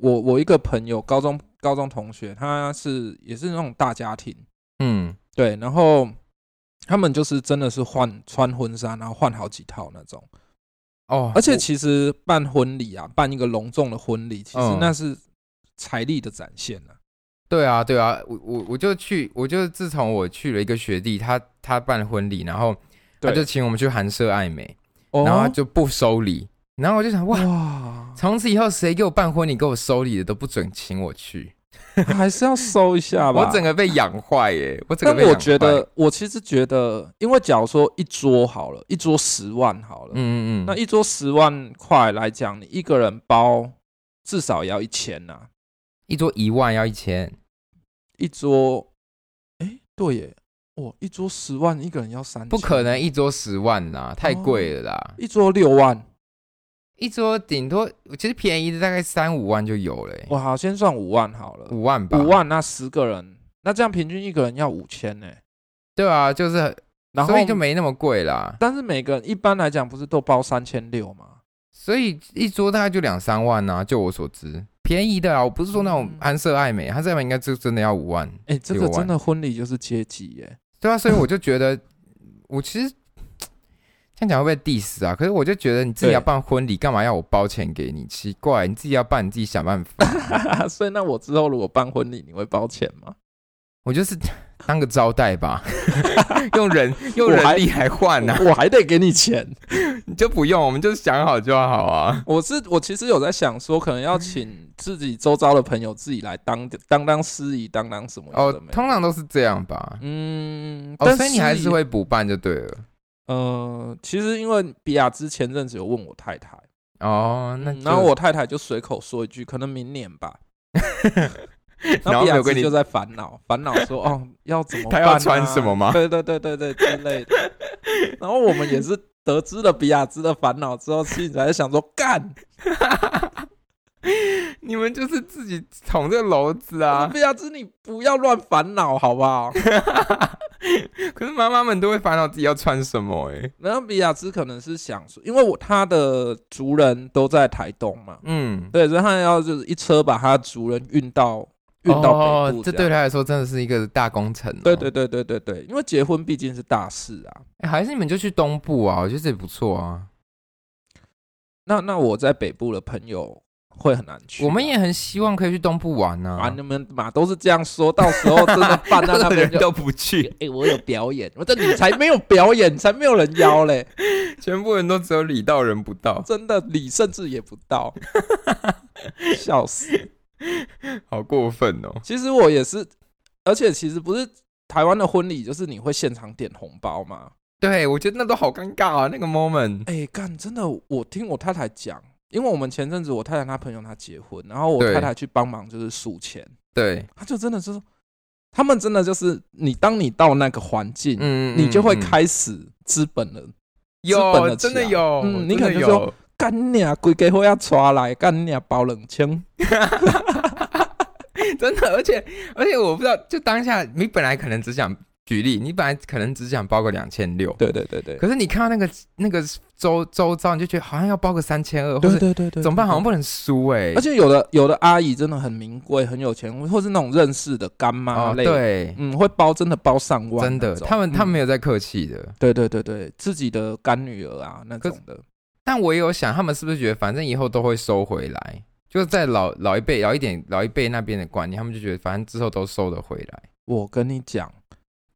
我我一个朋友，高中高中同学，他是也是那种大家庭，
嗯，
对，然后他们就是真的是换穿婚纱，然后换好几套那种，
哦，
而且
我
其实办婚礼啊，办一个隆重的婚礼，其实
嗯
那是财力的展现啊。
对啊，对啊，我我我就去，我就自从我去了一个学弟，他他办婚礼，然后他
对
就请我们去韩舍爱美，
哦
然后他就不收礼，然后我就想哇，
哇，
从此以后谁给我办婚礼给我收礼的都不准请我去，
还是要收一下吧。
我整个被养坏 耶，我整个
但
被养
我
坏
觉，得，我其实觉得，因为假如说一桌好了，一桌十万好了，
嗯嗯嗯，
那一桌十万块来讲，你一个人包至少也要一千呐、
一桌一万要一千，
一桌，哎、对耶，哦，一桌十万，一个人要三，
不可能，一桌十万啦，太贵了啦，
一桌六万，
一桌顶多其实便宜的大概三五万就有了耶，
我好先算五万好了，
哎五万吧，
哦五，万那十个人，那这样平均一个人要五千呢，
对啊，就是
然后
所以就，没那么贵啦，
但是每个人一般来讲不是都包三千六吗？
所以一桌大概就两三万呐、啊，就我所知，便宜的啊，我不是说那种
嗯
安舍爱美，安舍爱美应该就真的要五万，
哎、这
六
个
万
真的婚礼就是阶级 耶，
对啊，所以我就觉得，我其实这样讲会不会 diss 啊？可是我就觉得你自己
对
要办婚礼，干嘛要我包钱给你？奇怪，你自己要办，你自己想办法。
所以那我之后如果办婚礼，你会包钱吗？
我就是 当个招待吧， 用人用
我还
人力来换呐、啊，
我我还得给你钱。
你就不用，我们就想好就好啊。
我是我其实有在想说，可能要请自己周遭的朋友自己来当当当司仪，当当什么
哦
有的没，的
通常都是这样吧。
嗯，
哦，
但
所以你还是
司仪
会补办就对了。
呃，其实因为比亚之前阵子有问我太太，
哦，那
嗯
就
然后我太太就随口说一句，可能明年 吧。
然
然后
后
比
没
亚
有跟
之
你
就在烦恼，烦恼 说哦要怎么
他
办、
要穿什么吗
对对对对对之类的。然后我们也是得知了比亚之的烦恼之后，心里才在想说干
你们就是自 己捅这个篓子啊！
比亚之你不要乱烦恼好不好？
可是妈妈们都会烦恼自己要穿什么、欸，哎，
然后比亚兹可能是想说，因为我他的族人都在台东嘛，
嗯，
对，所以他要就是一车把他的族人运到运到北部
哦
这样、
这对他来说真的是一个大工程、哦
对对，对对对对，因为结婚毕竟是大事啊。
哎还是你们就去东部啊，我觉得这也不错啊。
那那我在北部的朋友会很难去啊、
我们也很希望可以去东部玩呐、
啊，你们嘛都是这样说，到时候真的 办到那边就。
不去，
哎、我有表演，我这你才没有表演，才没有人邀嘞，
全部人都只有礼到人不到，
真的，你甚至也不到，,笑死。
好过分哦。
其实我也是，而且其实不是台湾的婚礼，就是你会现场点红包嘛？
对，我觉得那都好尴尬啊，那个 moment。
哎、干，真的，我听我太太讲，因为我们前阵子我太太她朋友她结婚，然后我
对
太太去帮忙就是数钱，
对，
她就真的是说，他们真的就是你当你到那个环境，
嗯
你就会
嗯
开始资本了。资本
有，
的
真的
起来
有，
嗯你
真的
可能就
有
说干你啊，鬼给我要抓来，干你啊，包冷清。
真的，而且而且我不知道，就当下你本来可能只想举例，你本来可能只想包个两千六，
对对对对，
可是你看到那个那个周周遭，你就觉得好像要包个三千二，或
对
者
对对对，
怎么办？
对
好像不能输哎、
而且有的有的阿姨真的很名贵，很有钱，或是那种认识的干妈
哦，
类，，
对，
嗯，会包真的包上万
真
那种，
的，他们他们
嗯
没有在客气的。
对对对对，自己的干女儿啊那
可
种的，
但我也有想，他们是不是觉得反正以后都会收回来？就是在老老一辈、老一点、老一辈那边的观念，他们就觉得反正之后都收得回来。
我跟你讲。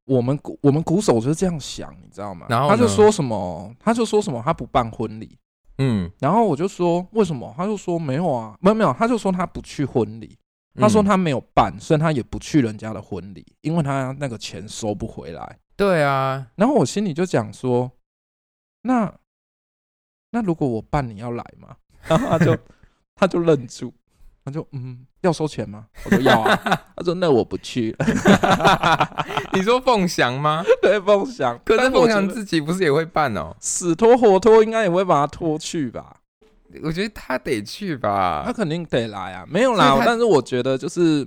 我们鼓我们鼓手就是这样想，你知道吗？
然后
他就
呢
说什么，他就说什么，他不办婚礼。
嗯，
然后我就说为什么？他就说没有啊，没有没有，他就说他不去婚礼，他说
嗯、
他没有办，所以他也不去人家的婚礼，因为他那个钱收不回来。
对啊，
然后我心里就讲说，那那如果我办，你要来吗？然后他 就他就愣住，他就嗯，要收钱吗？我说要 啊。他说那我不去了。
你说凤翔吗？
对，梦想，
可是
但我
凤
觉
翔
得
自己不是也会办哦？
死拖活拖，应该也会把他拖去吧？
我觉得他得去吧
他。肯定得来啊，没有
所以
啦。
他
但是我觉得就是。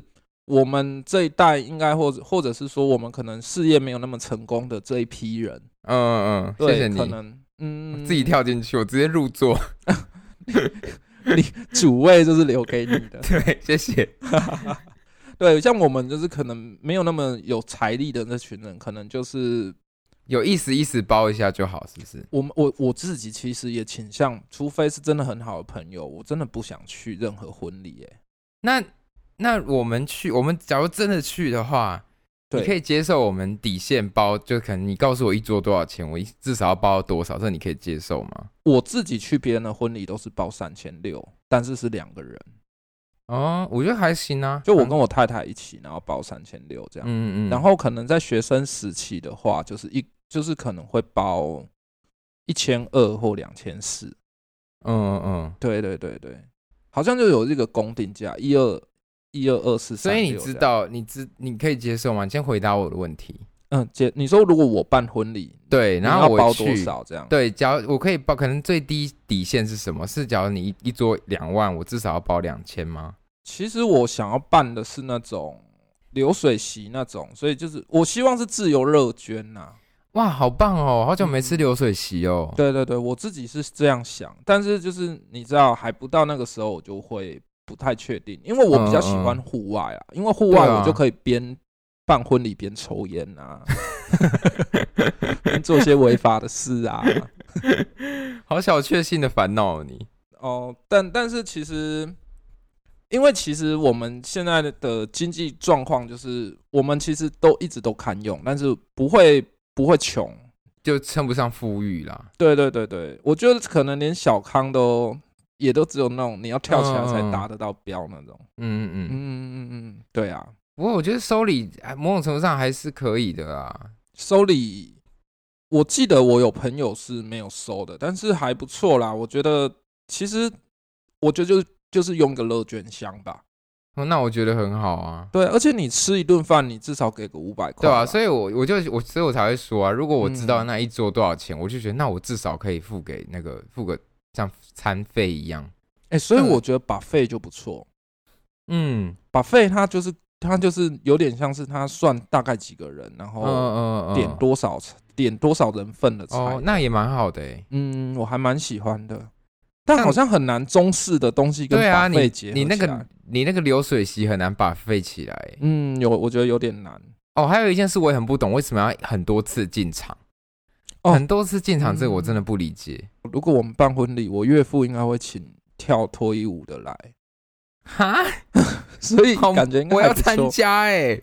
我们这一代应该，或者或者是说，我们可能事业没有那么成功的这一批人，
嗯嗯，
对，
谢谢
可
你，
能嗯，
自己跳进去，我直接入座。
主位就是留给你的，
对，谢谢。
对，像我们就是可能没有那么有财力的那群人，可能就是
有意思意思包一下就好，是不是？
我们我我自己其实也倾向，除非是真的很好的朋友，我真的不想去任何婚礼、欸。
那那我们去，我们假如真的去的话，
对
你可以接受我们底线包，就可能你告诉我一桌多少钱，我一至少要包多少，这你可以接受吗？
我自己去别人的婚礼都是包三千六，但是是两个人，
哦，我觉得还行啊。
就我
嗯
跟我太太一起，然后包三千六这样。
嗯嗯，
然后可能在学生时期的话，就是一就是可能会包一千二或两千四。
嗯嗯嗯，
对对对对，好像就有这个公定价一二一二二四，
所以你
36
知
啊这样
道，你知你可以接受吗？你先回答我的问题。
嗯，姐，你说如果我办婚礼，
对，
你
然
要
后我
包多
去，
少这样？
对，假如我可以包，可能最低底线是什么？是假如你一一桌两万，我至少要包两千吗？
其实我想要办的是那种流水席那种，所以就是我希望是自由热捐呐、
哇，好棒哦！好久没吃
嗯
流水席哦。
对对对，我自己是这样想，但是就是你知道，还不到那个时候，我就会不太确定，因为我比较喜欢户外啊，因为户外
嗯对啊
我就可以边办婚礼边抽烟 啊，边做些违法的事啊。
好小确幸的烦恼哦你。
哦，但但是其实，因为其实我们现在的经济状况就是，我们其实都一直都堪用，但是不会不会穷。
就称不上富裕啦。
对对对对，我觉得可能连小康都也都只有那种你要跳起来才
嗯嗯嗯
达得到标那种。
嗯嗯
嗯嗯
嗯。
嗯嗯，对啊，
不过我觉得收礼哎某种程度上还是可以的啊啦。
收礼，我记得我有朋友是没有收的，但是还不错啦。我觉得其实，我觉得就就是用个乐捐箱吧。
哦那我觉得很好啊。
对，而且你吃一顿饭，你至少给个五百块
对
吧。
啊，所以我我就我所以我才会说啊，如果我知道
嗯
那一桌多少钱，我就觉得那我至少可以付给那个付个像餐费一样。
哎、所以
嗯
我觉得把费就不错，
嗯，
把费它就是他就是有点像是他算大概几个人，然后
嗯
哦点多少、点多少人份的菜。
哦，那也蛮好的诶。
嗯，我还蛮喜欢的，但
但
好像很难中式的东西跟
对啊，
把
你
费结合
你那
起来
个你那个流水席很难把费起来欸。
嗯，有我觉得有点难。
哦，还有一件事我也很不懂，为什么要很多次进场？
哦
很多次进场这个我
嗯
真的不理解。
如果我们办婚礼，我岳父应该会请跳脱衣舞的 来，
哈，
所以
好
感觉应该
我
还
要
不
参
错
加哎，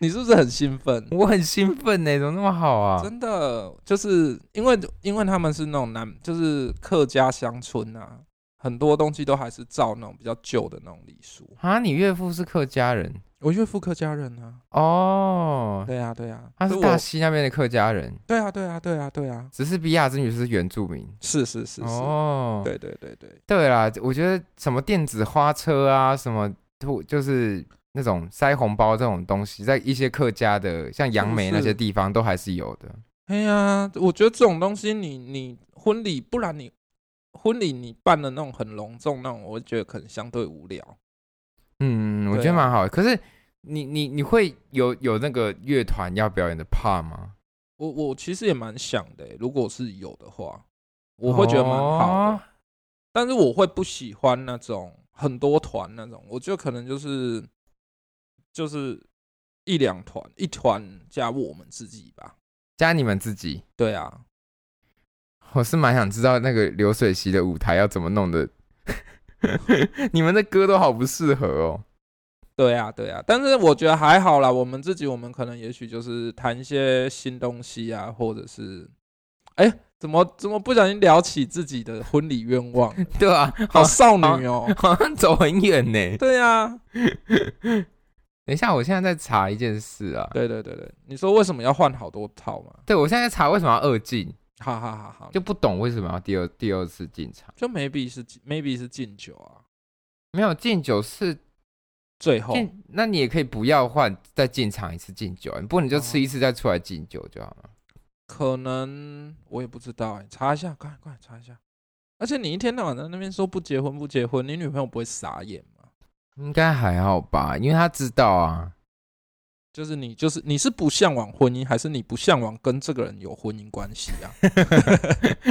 你是不是很兴奋？
我很兴奋哎，怎么那么好啊？
真的就是因为因为他们是那种南，就是客家乡村啊，很多东西都还是照那种比较旧的那种礼俗。
啊，你岳父是客家人
我岳父客家人啊，
哦，
对啊对啊，
他是
所以我
大溪那边的客家人，
对啊对啊对啊对啊，
只是比亚真女是原住民。
是是是是，
哦，
对对对对，
对啦，我觉得什么电子花车啊，什么兔就是那种塞红包这种东西，在一些客家的像杨梅那些地方都还是有的。
哎呀，我觉得这种东西你你婚礼，不然你婚礼你办的那种很隆重那种，我觉得可能相对无聊。
嗯，我觉
对
得
啊
蛮好的。可是你你你会有有那个乐团要表演的怕吗？
我我其实也蛮想的欸、如果是有的话，我会觉得蛮好的。
哦
但是我会不喜欢那种很多团那种，我觉得可能就是就是一两团，一团加我们自己吧。
加你们自己，
对啊，
我是蛮想知道那个流水席的舞台要怎么弄的。 你们的歌都好不适合哦。
对啊，对啊，但是我觉得还好啦。我们自己，我们可能也许就是谈一些新东西啊，或者是，哎，怎么怎么不小心聊起自己的婚礼愿望？
对啊，
好
好
少女哦。
好像走很远呢。
对啊，
等一下，我现在在查一件事啊。
对对对对，你说为什么要换好多套嘛？
对，我现在在查为什么要二进，
哈哈哈哈，
就
就
不懂为什么要第二第二次进场。
就 maybe 是 maybe 是敬酒啊，
没有敬酒是
最后
敬，那你也可以不要换，再进场一次敬酒，你不能
哦
就吃一次再出来敬酒就好了。
可能我也不知道哎、查一下，快快查一下。而且你一天到晚在那边说不结婚不结婚，你女朋友不会傻眼吗？
应该还好吧，因为他知道啊。
就是你，就是你是不向往婚姻，还是你不向往跟这个人有婚姻关系啊？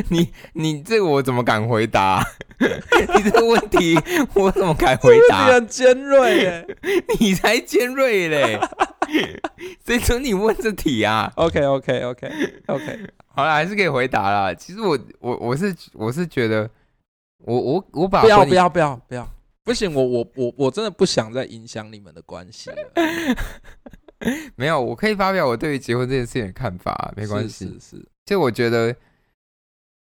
你你这个我怎么敢回答、 你这个问题我怎么敢 回
你
答？
很尖锐 耶。
你才尖锐嘞！ 谁准你问这题啊？
OK OK OK OK，
好了，还是可以回答啦。其实我我我是我是觉得，我我我把
不要
婚礼
不要不要不要，不行，我我我我真的不想再影响你们的关系了。
没有，我可以发表我对于结婚这件事情的看法 啊，没关系。
是是是，
就我觉得，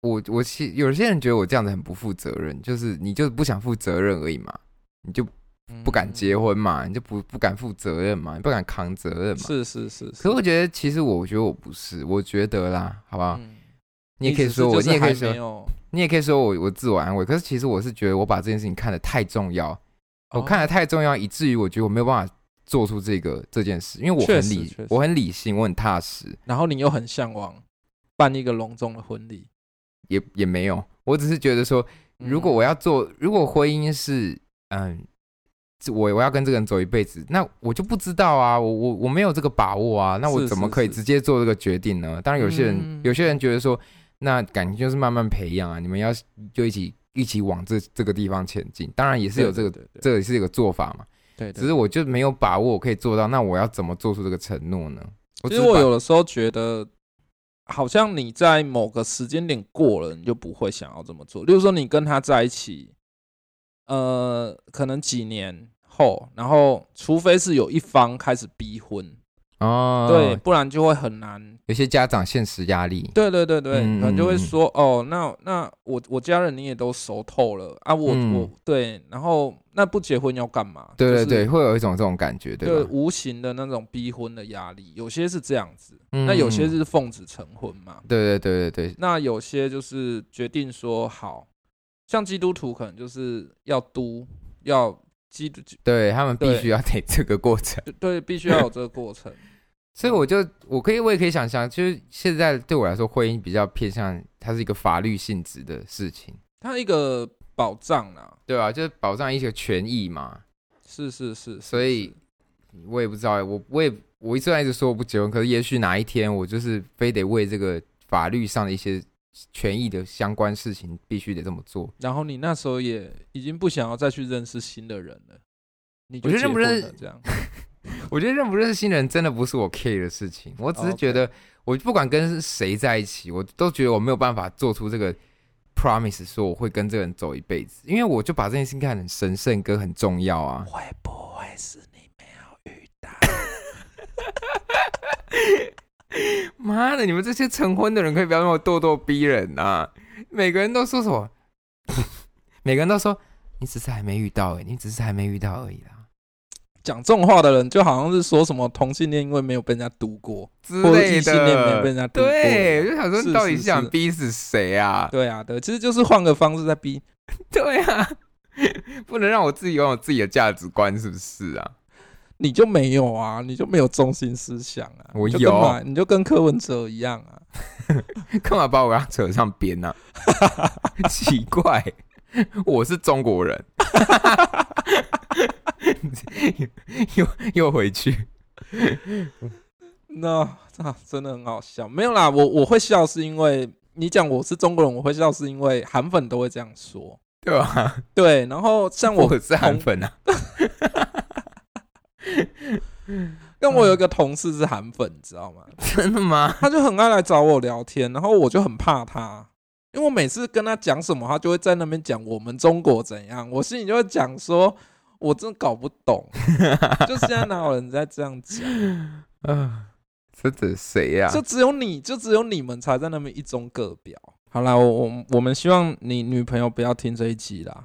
我我其有些人觉得我这样子很不负责任，就是你就是不想负责任而已嘛，你就
嗯
不敢结婚嘛，你就不不敢负责任嘛，你不敢扛责任
嗯。
嘛。
是是是，
可是我
是
觉得，其实我觉得我不是，我觉得啦，好不好？
嗯
啊你也可以
只是
说我，
就
你
是
也可以
还没
说，
有，
你也可以说我我自我安慰。可是其实我是觉得我把这件事情看得太重要，
哦
我看得太重要，以至于我觉得我没有办法做出这个这件事，因为我
确
很
实
理
确实
我很理性，我很踏实。
然后你又很向往办一个隆重的婚礼。
也也没有，我只是觉得说，
嗯
如果我要做，如果婚姻是嗯，这我我要跟这个人走一辈子，那我就不知道啊，我我我没有这个把握啊，那我
是
怎
是
么可以
是
直接做这个决定呢？当然，有些人、
嗯
有些人觉得说，那感情就是慢慢培养啊，你们要就一起一起往这这个地方前进，当然也是有这个，
对对
这也是一个做法嘛，
对对
只是我就没有把握我可以做到，那我要怎么做出这个承诺呢？
其
只
实
是
我
把
有的时候觉得，好像你在某个时间点过了，你就不会想要这么做。例如说，你跟他在一起，呃，可能几年后，然后除非是有一方开始逼婚，
哦，
对，，不然就会很难。
有些家长现实压力，
对对对对，
嗯
可能就
嗯
会
嗯
说，哦，那那我我家人你也都熟透了啊，我
嗯
我对，然后那不结婚要干嘛？
对
就是
对对，会有一种这种感觉，对吧？
对无形的那种逼婚的压力，有些是这样子，
嗯
那有些是奉子成婚嘛，
对对对对对，
那有些就是决定说好，像基督徒可能就是要都要基督
对他们必
对
须要得这个过程。
对，必须要有这个过程，
所以我就我可以我也可以想象，就是现在对我来说，婚姻比较偏向它是一个法律性质的事情，
它一个保障啦，
对啊？就是保障一些权益嘛。
是是是，是
所以
是
我也不知道欸，我我也我一直一直说我不结婚，可是也许哪一天我就是非得为这个法律上的一些权益的相关事情必须得这么做。
然后你那时候也已经不想要再去认识新的人了，你就
我觉得认不认
结婚了这样？
我觉得认不认识新人真的不是我 care 的事情，我只是觉得我不管跟谁在一起，我都觉得我没有办法做出这个 promise，说我会跟这个人走一辈子，因为我就把这件事情看得很神圣跟很重要啊。
会不会是你没有遇到？
妈的，你们这些成婚的人可以不要那么咄咄逼人啊呐、每个人都说什么？ 每个人都说你只是还没遇到而已，你只是还没遇到而已啦，
讲这种话的人，就好像是说什么同性恋因为没有被人家读过，
之
或者
类
异性恋没有被人家
的。
读过。
对，我就想说，
是
你到底
是
是想
是
逼死谁啊？
对啊，对，其实就是换个方式在逼。
对啊，不能让我自己拥有自己的价值观，是不是啊？
你就没有啊，你就没有中心思想啊！
我
你就
有
跟马你就跟柯文哲一样啊！
干嘛把我让扯上边呢、啊？ 奇怪，我是中国人， 又又回去。
那、啊、真的很好笑。没有啦，我我会笑是因为你讲我是中国人，我会笑是因为韩粉都会这样说。
对吧？
对，然后像我，
我是韩粉啊，
但我有一个同事是韩粉，你知道 吗？
真的吗？
他就很爱来找我聊天，然后我就很怕他，因为我每次跟他讲什么，他就会在那边讲我们中国怎样，我心里就会讲说，我真的搞不 懂，就现在哪有人在这样讲？
啊，这指谁啊呀、
就只有你就只有你们才在那边一中各表。好啦，我我我们希望你女朋友不要听这一集啦，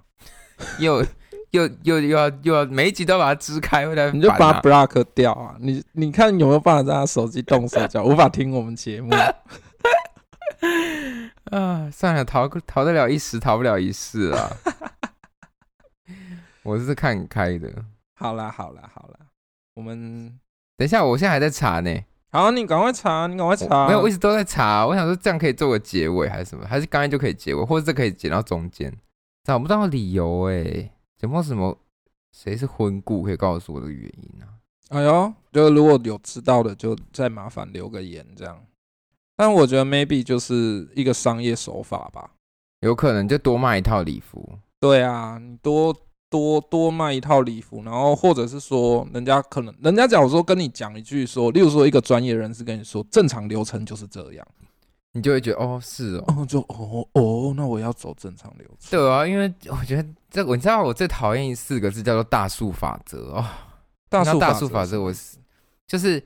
又又又又要又要每一集都要把它支开，会来
你就
烦
把
啊
她 block 掉啊！你你看有没有办法在她手机动手脚，无法听我们 节目？
啊，算了，逃逃得了一时，逃不了一世啊。我是看开的。
好啦好啦好啦，我们
等一下，我现在还在查呢，
好，你赶快查，你赶快查，
我没有，我一直都在查。我想说这样可以做个结尾还是什么，还是刚才就可以结尾，或者这可以剪到中间，找不到理由哎、有没有什么谁是婚故可以告诉我这个原因啊？
哎呦，就如果有知道的，就再麻烦留个言这样。但我觉得 maybe 就是一个商业手法吧。
有可能就多卖一套礼服，
对啊，你多多多卖一套礼服，然后或者是说，人家可能人家假如说跟你讲一句说，例如说一个专业人士跟你说，正常流程就是这样，
你就会觉得哦，是哦，
哦，就哦哦，那我要走正常流程。
对啊，因为我觉得这，我你知道我最讨厌四个字叫做大数法则哦，
大数
你知道大数法
则
则我是就是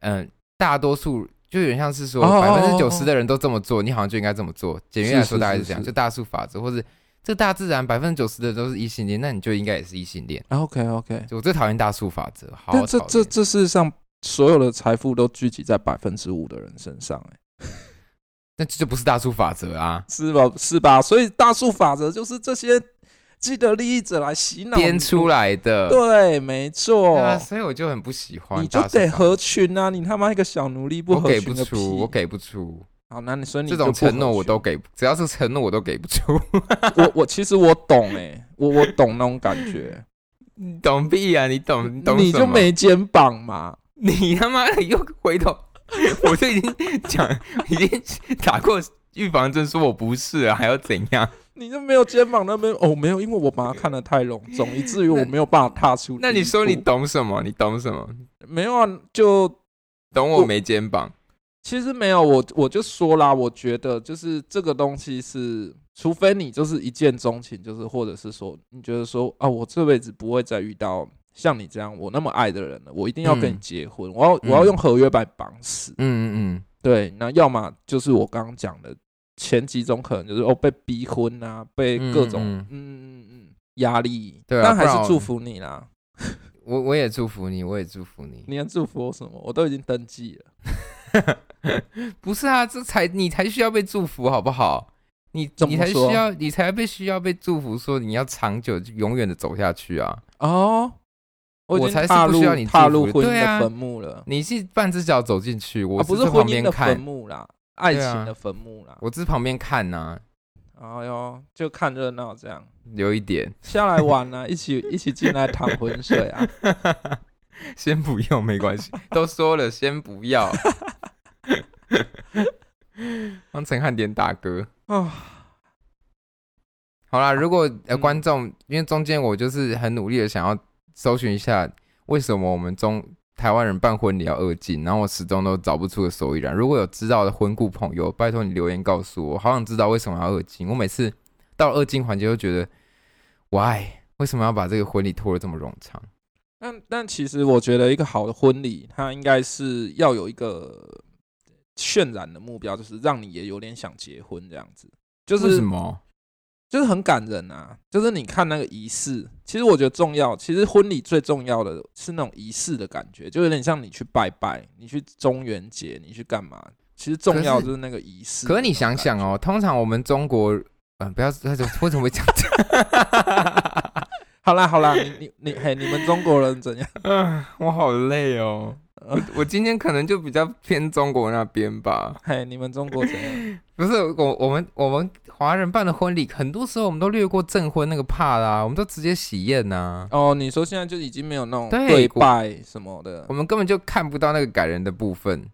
嗯、大多数就有点像是说
哦哦
百
哦
分之九
哦
十的人都这么做，你好像就应该这么做。简约来
是
说
是
大概
是
是这样，
是
就大数法则，或者这大自然百分之九十的都是异性恋，那你就应该也是异性恋。
OK OK，
就我最讨厌大数法则，好
啊但这
讨
这
厌。
这世上所有的财富都聚集在百分之五的人身上、欸，
那这就不是大数法则啊，
是吧？是吧？所以大数法则就是这些既得利益者来洗脑
编出
来。
来的。
对，没错
对，啊，所以我就很不喜欢
你就
大数法则。
得合群啊！你他妈一个小奴隶不
我
合
给
群
不
个屁！
出，我给不出。
好，那你所以你
这
就
种
不合
承诺我都
群
给，只要是承诺我都给不出。
我我其实我懂哎、
欸
我我懂那种感觉，
你 懂屁啊！你懂你
嗯
懂
你
什
就
么
没肩膀嘛。
你他妈的又回头，我就已经讲已经打过预防针，说我不是啊，还要怎样？
你就没有肩膀那边哦，没有，因为我把它看得太隆重，以至于我没有办法踏出第一步。
那你说你懂什么？你懂什么？
没有啊？就
懂我没肩膀？
其实没有，我我就说啦，我觉得就是这个东西是，除非你就是一见钟情，就是或者是说你觉得说啊，我这辈子不会再遇到像你这样我那么爱的人了，我一定要跟你
嗯
结婚，我要我要
嗯
用合约把你绑死。
嗯嗯
对，那要么就是我刚刚讲的前几种可能就是哦被逼婚啊，被各种
嗯
嗯嗯嗯压力，
对啊
但还
不然
是
我
祝福你啦。
嗯，我我也祝福你，我也祝福你。
你要祝福我什么？我都已经登记了。
不是啊，这才你才需要被祝福，好不好？你
怎么
你才
说
需要，你才被需要被祝福，说你要长久、永远的走下去啊！
哦，已
我
经
才是
踏
不需
入
要你
踏
祝
入
福
婚
对
姻的
啊
坟墓了。
你是半只脚走进去，我
啊，不
是
是
在
婚
旁
姻
边
的
看，
坟墓啦，爱
对啊
情的坟墓啦。
我只是旁边看呐、
哎呦，就看热闹这样，
有一点。
啊下来玩啊，一起一起进来躺浑水啊。
先不要没 关系，都说了先不要。帮陈汉典打嗝。
啊，
好啦，如果呃
嗯
观众，因为中间我就是很努力的想要搜寻一下，为什么我们中台湾人办婚礼要二进，然后我始终都找不出个所以然。如果有知道的婚顾朋友，拜托你留言告诉我，我好想知道为什么要二进。我每次到二进环节都觉得，why 为什么要把这个婚礼拖得这么冗长？
但但其实我觉得一个好的婚礼，它应该是要有一个渲染的目标，就是让你也有点想结婚这样子，就
为
是
什么？
就是很感人啊！就是你看那个仪式，其实我觉得重要。其实婚礼最重要的是那种仪式的感觉，就有点像你去拜拜，你去中元节，你去干嘛？其实重要
可是
就是那个仪式。
可是你想想，哦，通常我们中国，嗯、不要， 为什么会讲这
好啦好啦，你你你嘿，你们中国人怎样？
嗯， 我好累哦。我我今天可能就比较偏中国那边吧。
嘿，你们中国怎样？
不是我我们我们华人办的婚礼，很多时候我们都略过证婚那个怕啦、我们都直接喜宴呐、
哦，你说现在就已经没有那种
对
对
古
拜什么的
我，们根本就看不到那个感人的部分。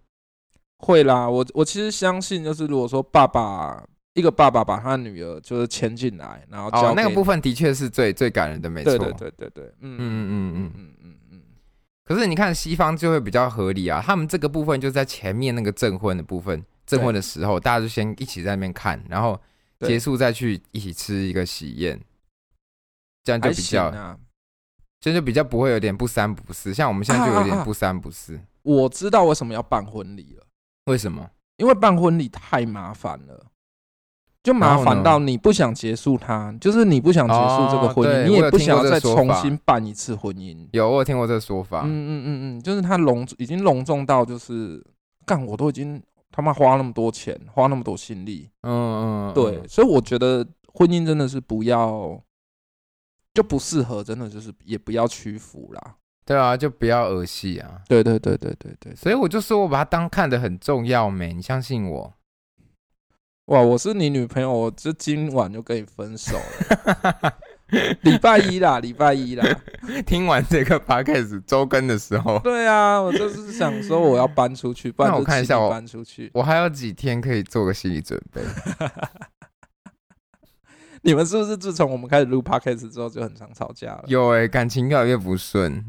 会啦。我我其实相信，就是如果说爸爸一个爸爸把他的女儿就是牵进来，然后
哦
交，
那个
给
部分的确是最最感人的，没错。
对对对对对，嗯嗯
嗯嗯
嗯
嗯嗯。
嗯嗯嗯。
可是你看西方就会比较合理啊，他们这个部分就在前面那个证婚的部分，证婚的时候大家就先一起在那边看，然后
对
结束再去一起吃一个喜宴，这样就
还
比
行
较
啊。
这就比较不会有点不三不四，像我们现在就有
啊啊
点
啊
不三 不四，
我知道为什么要办婚礼了，
为什么？
因为办婚礼太麻烦了，就麻
然后
烦
呢
到你不想结束它，就是你不想结束这个婚姻，
哦对
你
我
也
有
不
听
想要
过这
再
个说
重
法
新办一次婚姻。
有我有听过这个说法，
嗯嗯嗯嗯，就是它隆已经隆重到就是，干我都已经他妈花那么多钱，花那么多心力，
嗯嗯，
对，
嗯
所以我觉得婚姻真的是不要，就不适合，真的就是也不要屈服啦。
对啊，就不要儿戏啊。
对对对对对对，
所以我就说我把它当看得很重要没？你相信我？
哇，我是你女朋友，我这今晚就跟你分手了。 礼拜一啦，礼拜一啦。
听完这个 podcast 周更的时候，
对啊，我就是想说我要搬出去，不然
那我
就
看一下
请你
我
搬出去。
我还有几天可以做个心理准备。
你们是不是自从我们开始录 podcast 之后就很常吵架了？
有哎、感情越来越 不顺，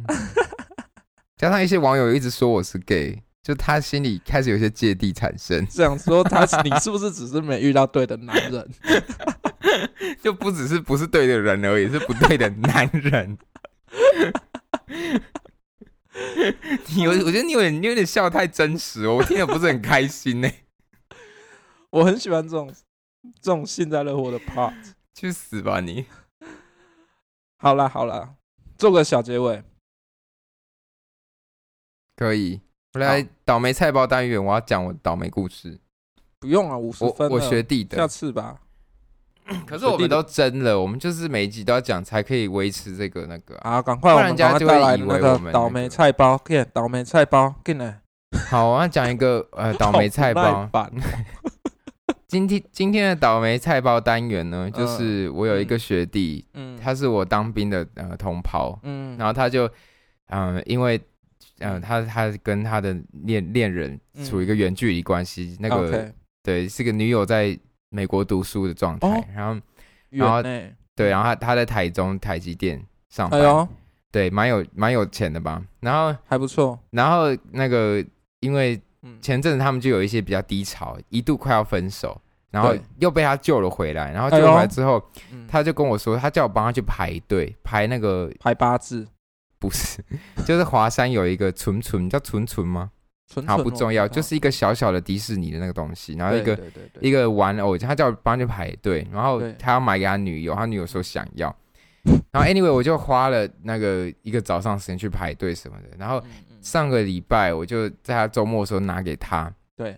加上一些网友一直说我是 gay，就他心里开始有一些芥蒂产 生，
想说 他，你是不是只是没遇到对的男人？
就不只是不是对的人而已，是不对的男人。 你有，我觉得你有点，你有点笑太真实哦，我听得不是很开心 欸呢、
我很喜欢这种这种幸灾乐祸的 part。
去死吧你！
好啦好啦，做个小结尾。
可以，我来
好
倒霉菜包单元，我要讲我倒霉故事。
不用啊，五十
我
分
我
了
学弟
下
的，
次吧。
可是我们都争了，我们就是每一集都要讲，才可以维持这个那个啊。
啊，赶快我
不
们
然人
赶
家
快
就
带来
会以为
那
我
个
们
倒
那
霉
个
菜包，给倒霉菜包进来。
好，我要讲一个 呃倒霉菜
好耐
包。
烦
今天今天的倒霉菜包单元呢，就
嗯
是我有一个学弟，
嗯，
他是我当兵的呃同袍，
嗯，
然后他就嗯、呃因为嗯、呃他他跟他的恋恋人
嗯
处于一个远距离关系，那个
OK，
对是个女友在美国读书的状态，
哦
然后然后
远呢？
对，然后他他在台中台积电上
哎
班，
呦，
对，蛮有蛮有钱的吧，然后
还不错。
然后那个因为
嗯，
前阵子他们就有一些比较低潮，一度快要分手，然后
对
又被他救了回来，然后
哎
救
呦
回来之后，
嗯
他就跟我说，他叫我帮他去排队排那个
排八字，
不是，就是华山有一个纯纯叫纯纯吗？
纯
好
纯
不
哦
重要，
哦
就是一个小小的迪士尼的那个东西，然后一个
对对对
一
个
个玩偶，他叫我帮他去排队，然后
对
他要买给他女友，他女友说想要，然后 anyway 我就花了那个一个早上时间去排队什么的，然
嗯
后上个礼拜我就在他周末的时候拿给他，
对，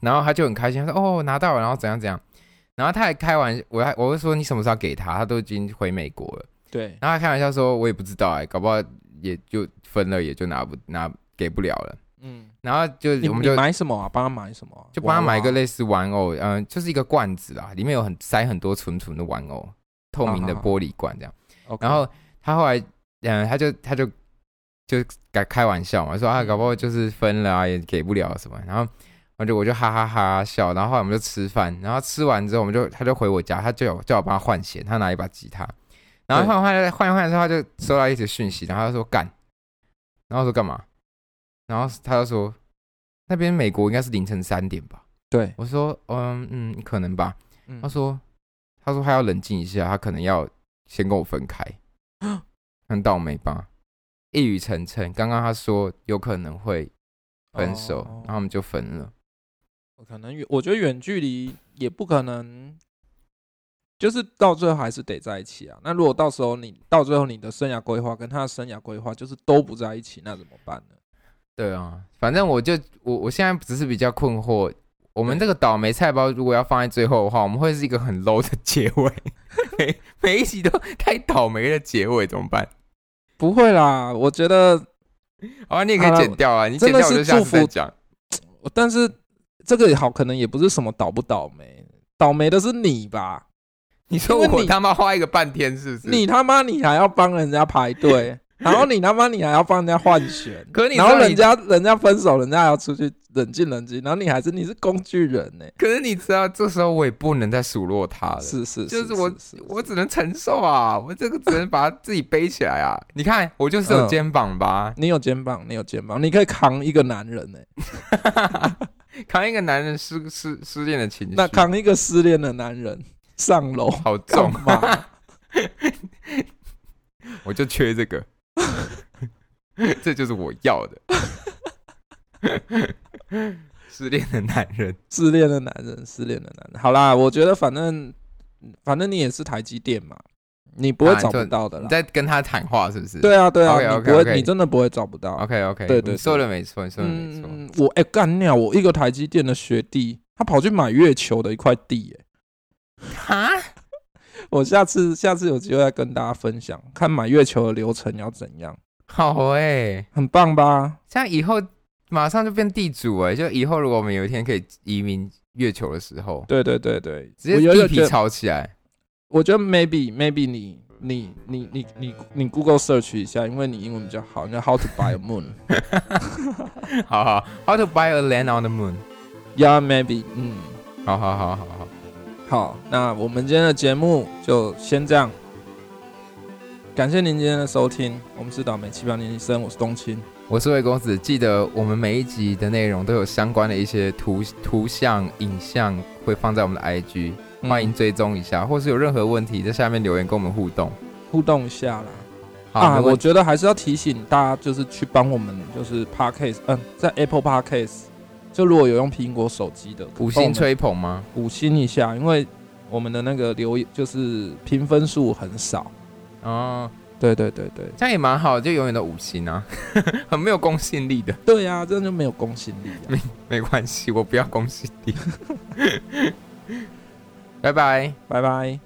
然后他就很开心，他说哦我拿到了，然后怎样怎样，然后他还开玩我还我会说你什么时候要给他，他都已经回美国了，
对，
然后他开玩笑说我也不知道哎、搞不好也就分了也就拿不拿给不了了，
嗯，
然后就
你
我们
你
就
买什么啊？帮他买什么啊？
就帮他买一个
类
类似玩偶，嗯、就是一个罐子啦，里面有很塞很多纯纯的玩偶，透明的
啊啊啊
呃玻璃罐这样，然后他后来嗯、他就他就就开开玩笑嘛，说啊，搞不好就是分了啊，也给不了什么。然后我就我就哈哈哈哈笑，然后后来我们就吃饭，然后吃完之后我们就他就回我家，他就有叫我帮他换弦，他拿一把吉他，然后换换换一换之后他就收到一条讯息，然后他说干，然后我说干嘛，然后他就说那边美国应该是凌晨三点吧，
对，
我说嗯嗯可能吧，
嗯
他说他说他要冷静一下，他可能要先跟我分开，
啊
很倒霉吧？一语成谶，刚刚他说有可能会分手，
哦
然后我们就分了。
可能远，我觉得远距离也不可能，就是到最后还是得在一起啊。那如果到时候你到最后你的生涯规划跟他的生涯规划就是都不在一起，那怎么办呢？
对啊，反正我就我我现在只是比较困惑，我们这个倒霉菜包如果要放在最后的话，我们会是一个很 low 的结尾， 每每一集都太倒霉的结尾怎么办？
不会啦，我觉得，
啊，你也可
好
以
啦
剪掉啊，你剪掉我
真
就
的是
下
祝
次再
福
讲。
但是这个也好，可能也不是什么倒不倒霉，倒霉的是你吧？
你说
因为
我
你
他妈花一个半天是不是？
你他妈你还要帮人家排 队，然后你他妈你还要帮人家换选，
可是你知
然
道
后
你
人家人家分手，人家还要出去冷静冷静，然后你还是你是工具人呢、
可是你知道，这时候我也不能再数落他了，
是是，
就是
是
我只能承受啊，我这个只能把自己背起来啊。你看，我就是有
嗯
肩膀吧，
你有肩膀，你有肩膀，你可以扛一个男人欸呢、
扛一个男人失失失恋的情绪，
那扛一个失恋的男人上楼
好
干
重，啊
嘛？
我就缺这个， 这就是我要的。 失恋的男 人，
失恋的男人，失恋的男人。好啦，我觉得反正反正你也是台积电嘛，你不会
啊你
找
说
不到的
你
啦。
在跟他谈话是不是？
对啊，对啊，你
OK，OK，
不会，
OK
你真的不会找不到。
，OK OK，
对对
你说的没错，你说的没错。
嗯，我哎干掉我一个台积电的学弟，他跑去买月球的一块地、欸，
哈，
我下次下次有机会再跟大家分享，看买月球的流程要怎样，
好哎、
很棒吧？
这样以后马上就变地主哎、就以后如果我们有一天可以移民月球的时候，
对对对对，
直
我
接
有
地
有觉
皮
得
炒起来。
我觉得 maybe maybe 你你你你你你 Google search 一下，因为你英文比较好，你叫 How to buy a moon。
好好，How to buy a land on the moon？
yeah maybe，嗯，
好好好好好，
好，那我们今天的节目就先这样，感谢您今天的收听，我们是倒霉七八年级生，我是冬青，
我是魏公子，记得我们每一集的内容都有相关的一些图图像、影像会放在我们的
嗯
IG，欢迎追踪一下，或是有任何问题在下面留言跟我们互动。
互动一下啦。
好，
啊，
没问
我觉得还是要提醒大家，就是去帮我们，就是 Podcast，嗯、在 Apple Podcast，就如果有用苹果手机的，
五
帮我
星
们
吹捧吗？
五星一下，因为我们的那个留言就是评分数很少。
哦，
对对对对
这样也蛮好，就永远都五星啊， 很没有公信力的。
对呀、这样就没有公信力、 啊。
没 关系，我不要恭喜你。拜拜。
拜拜。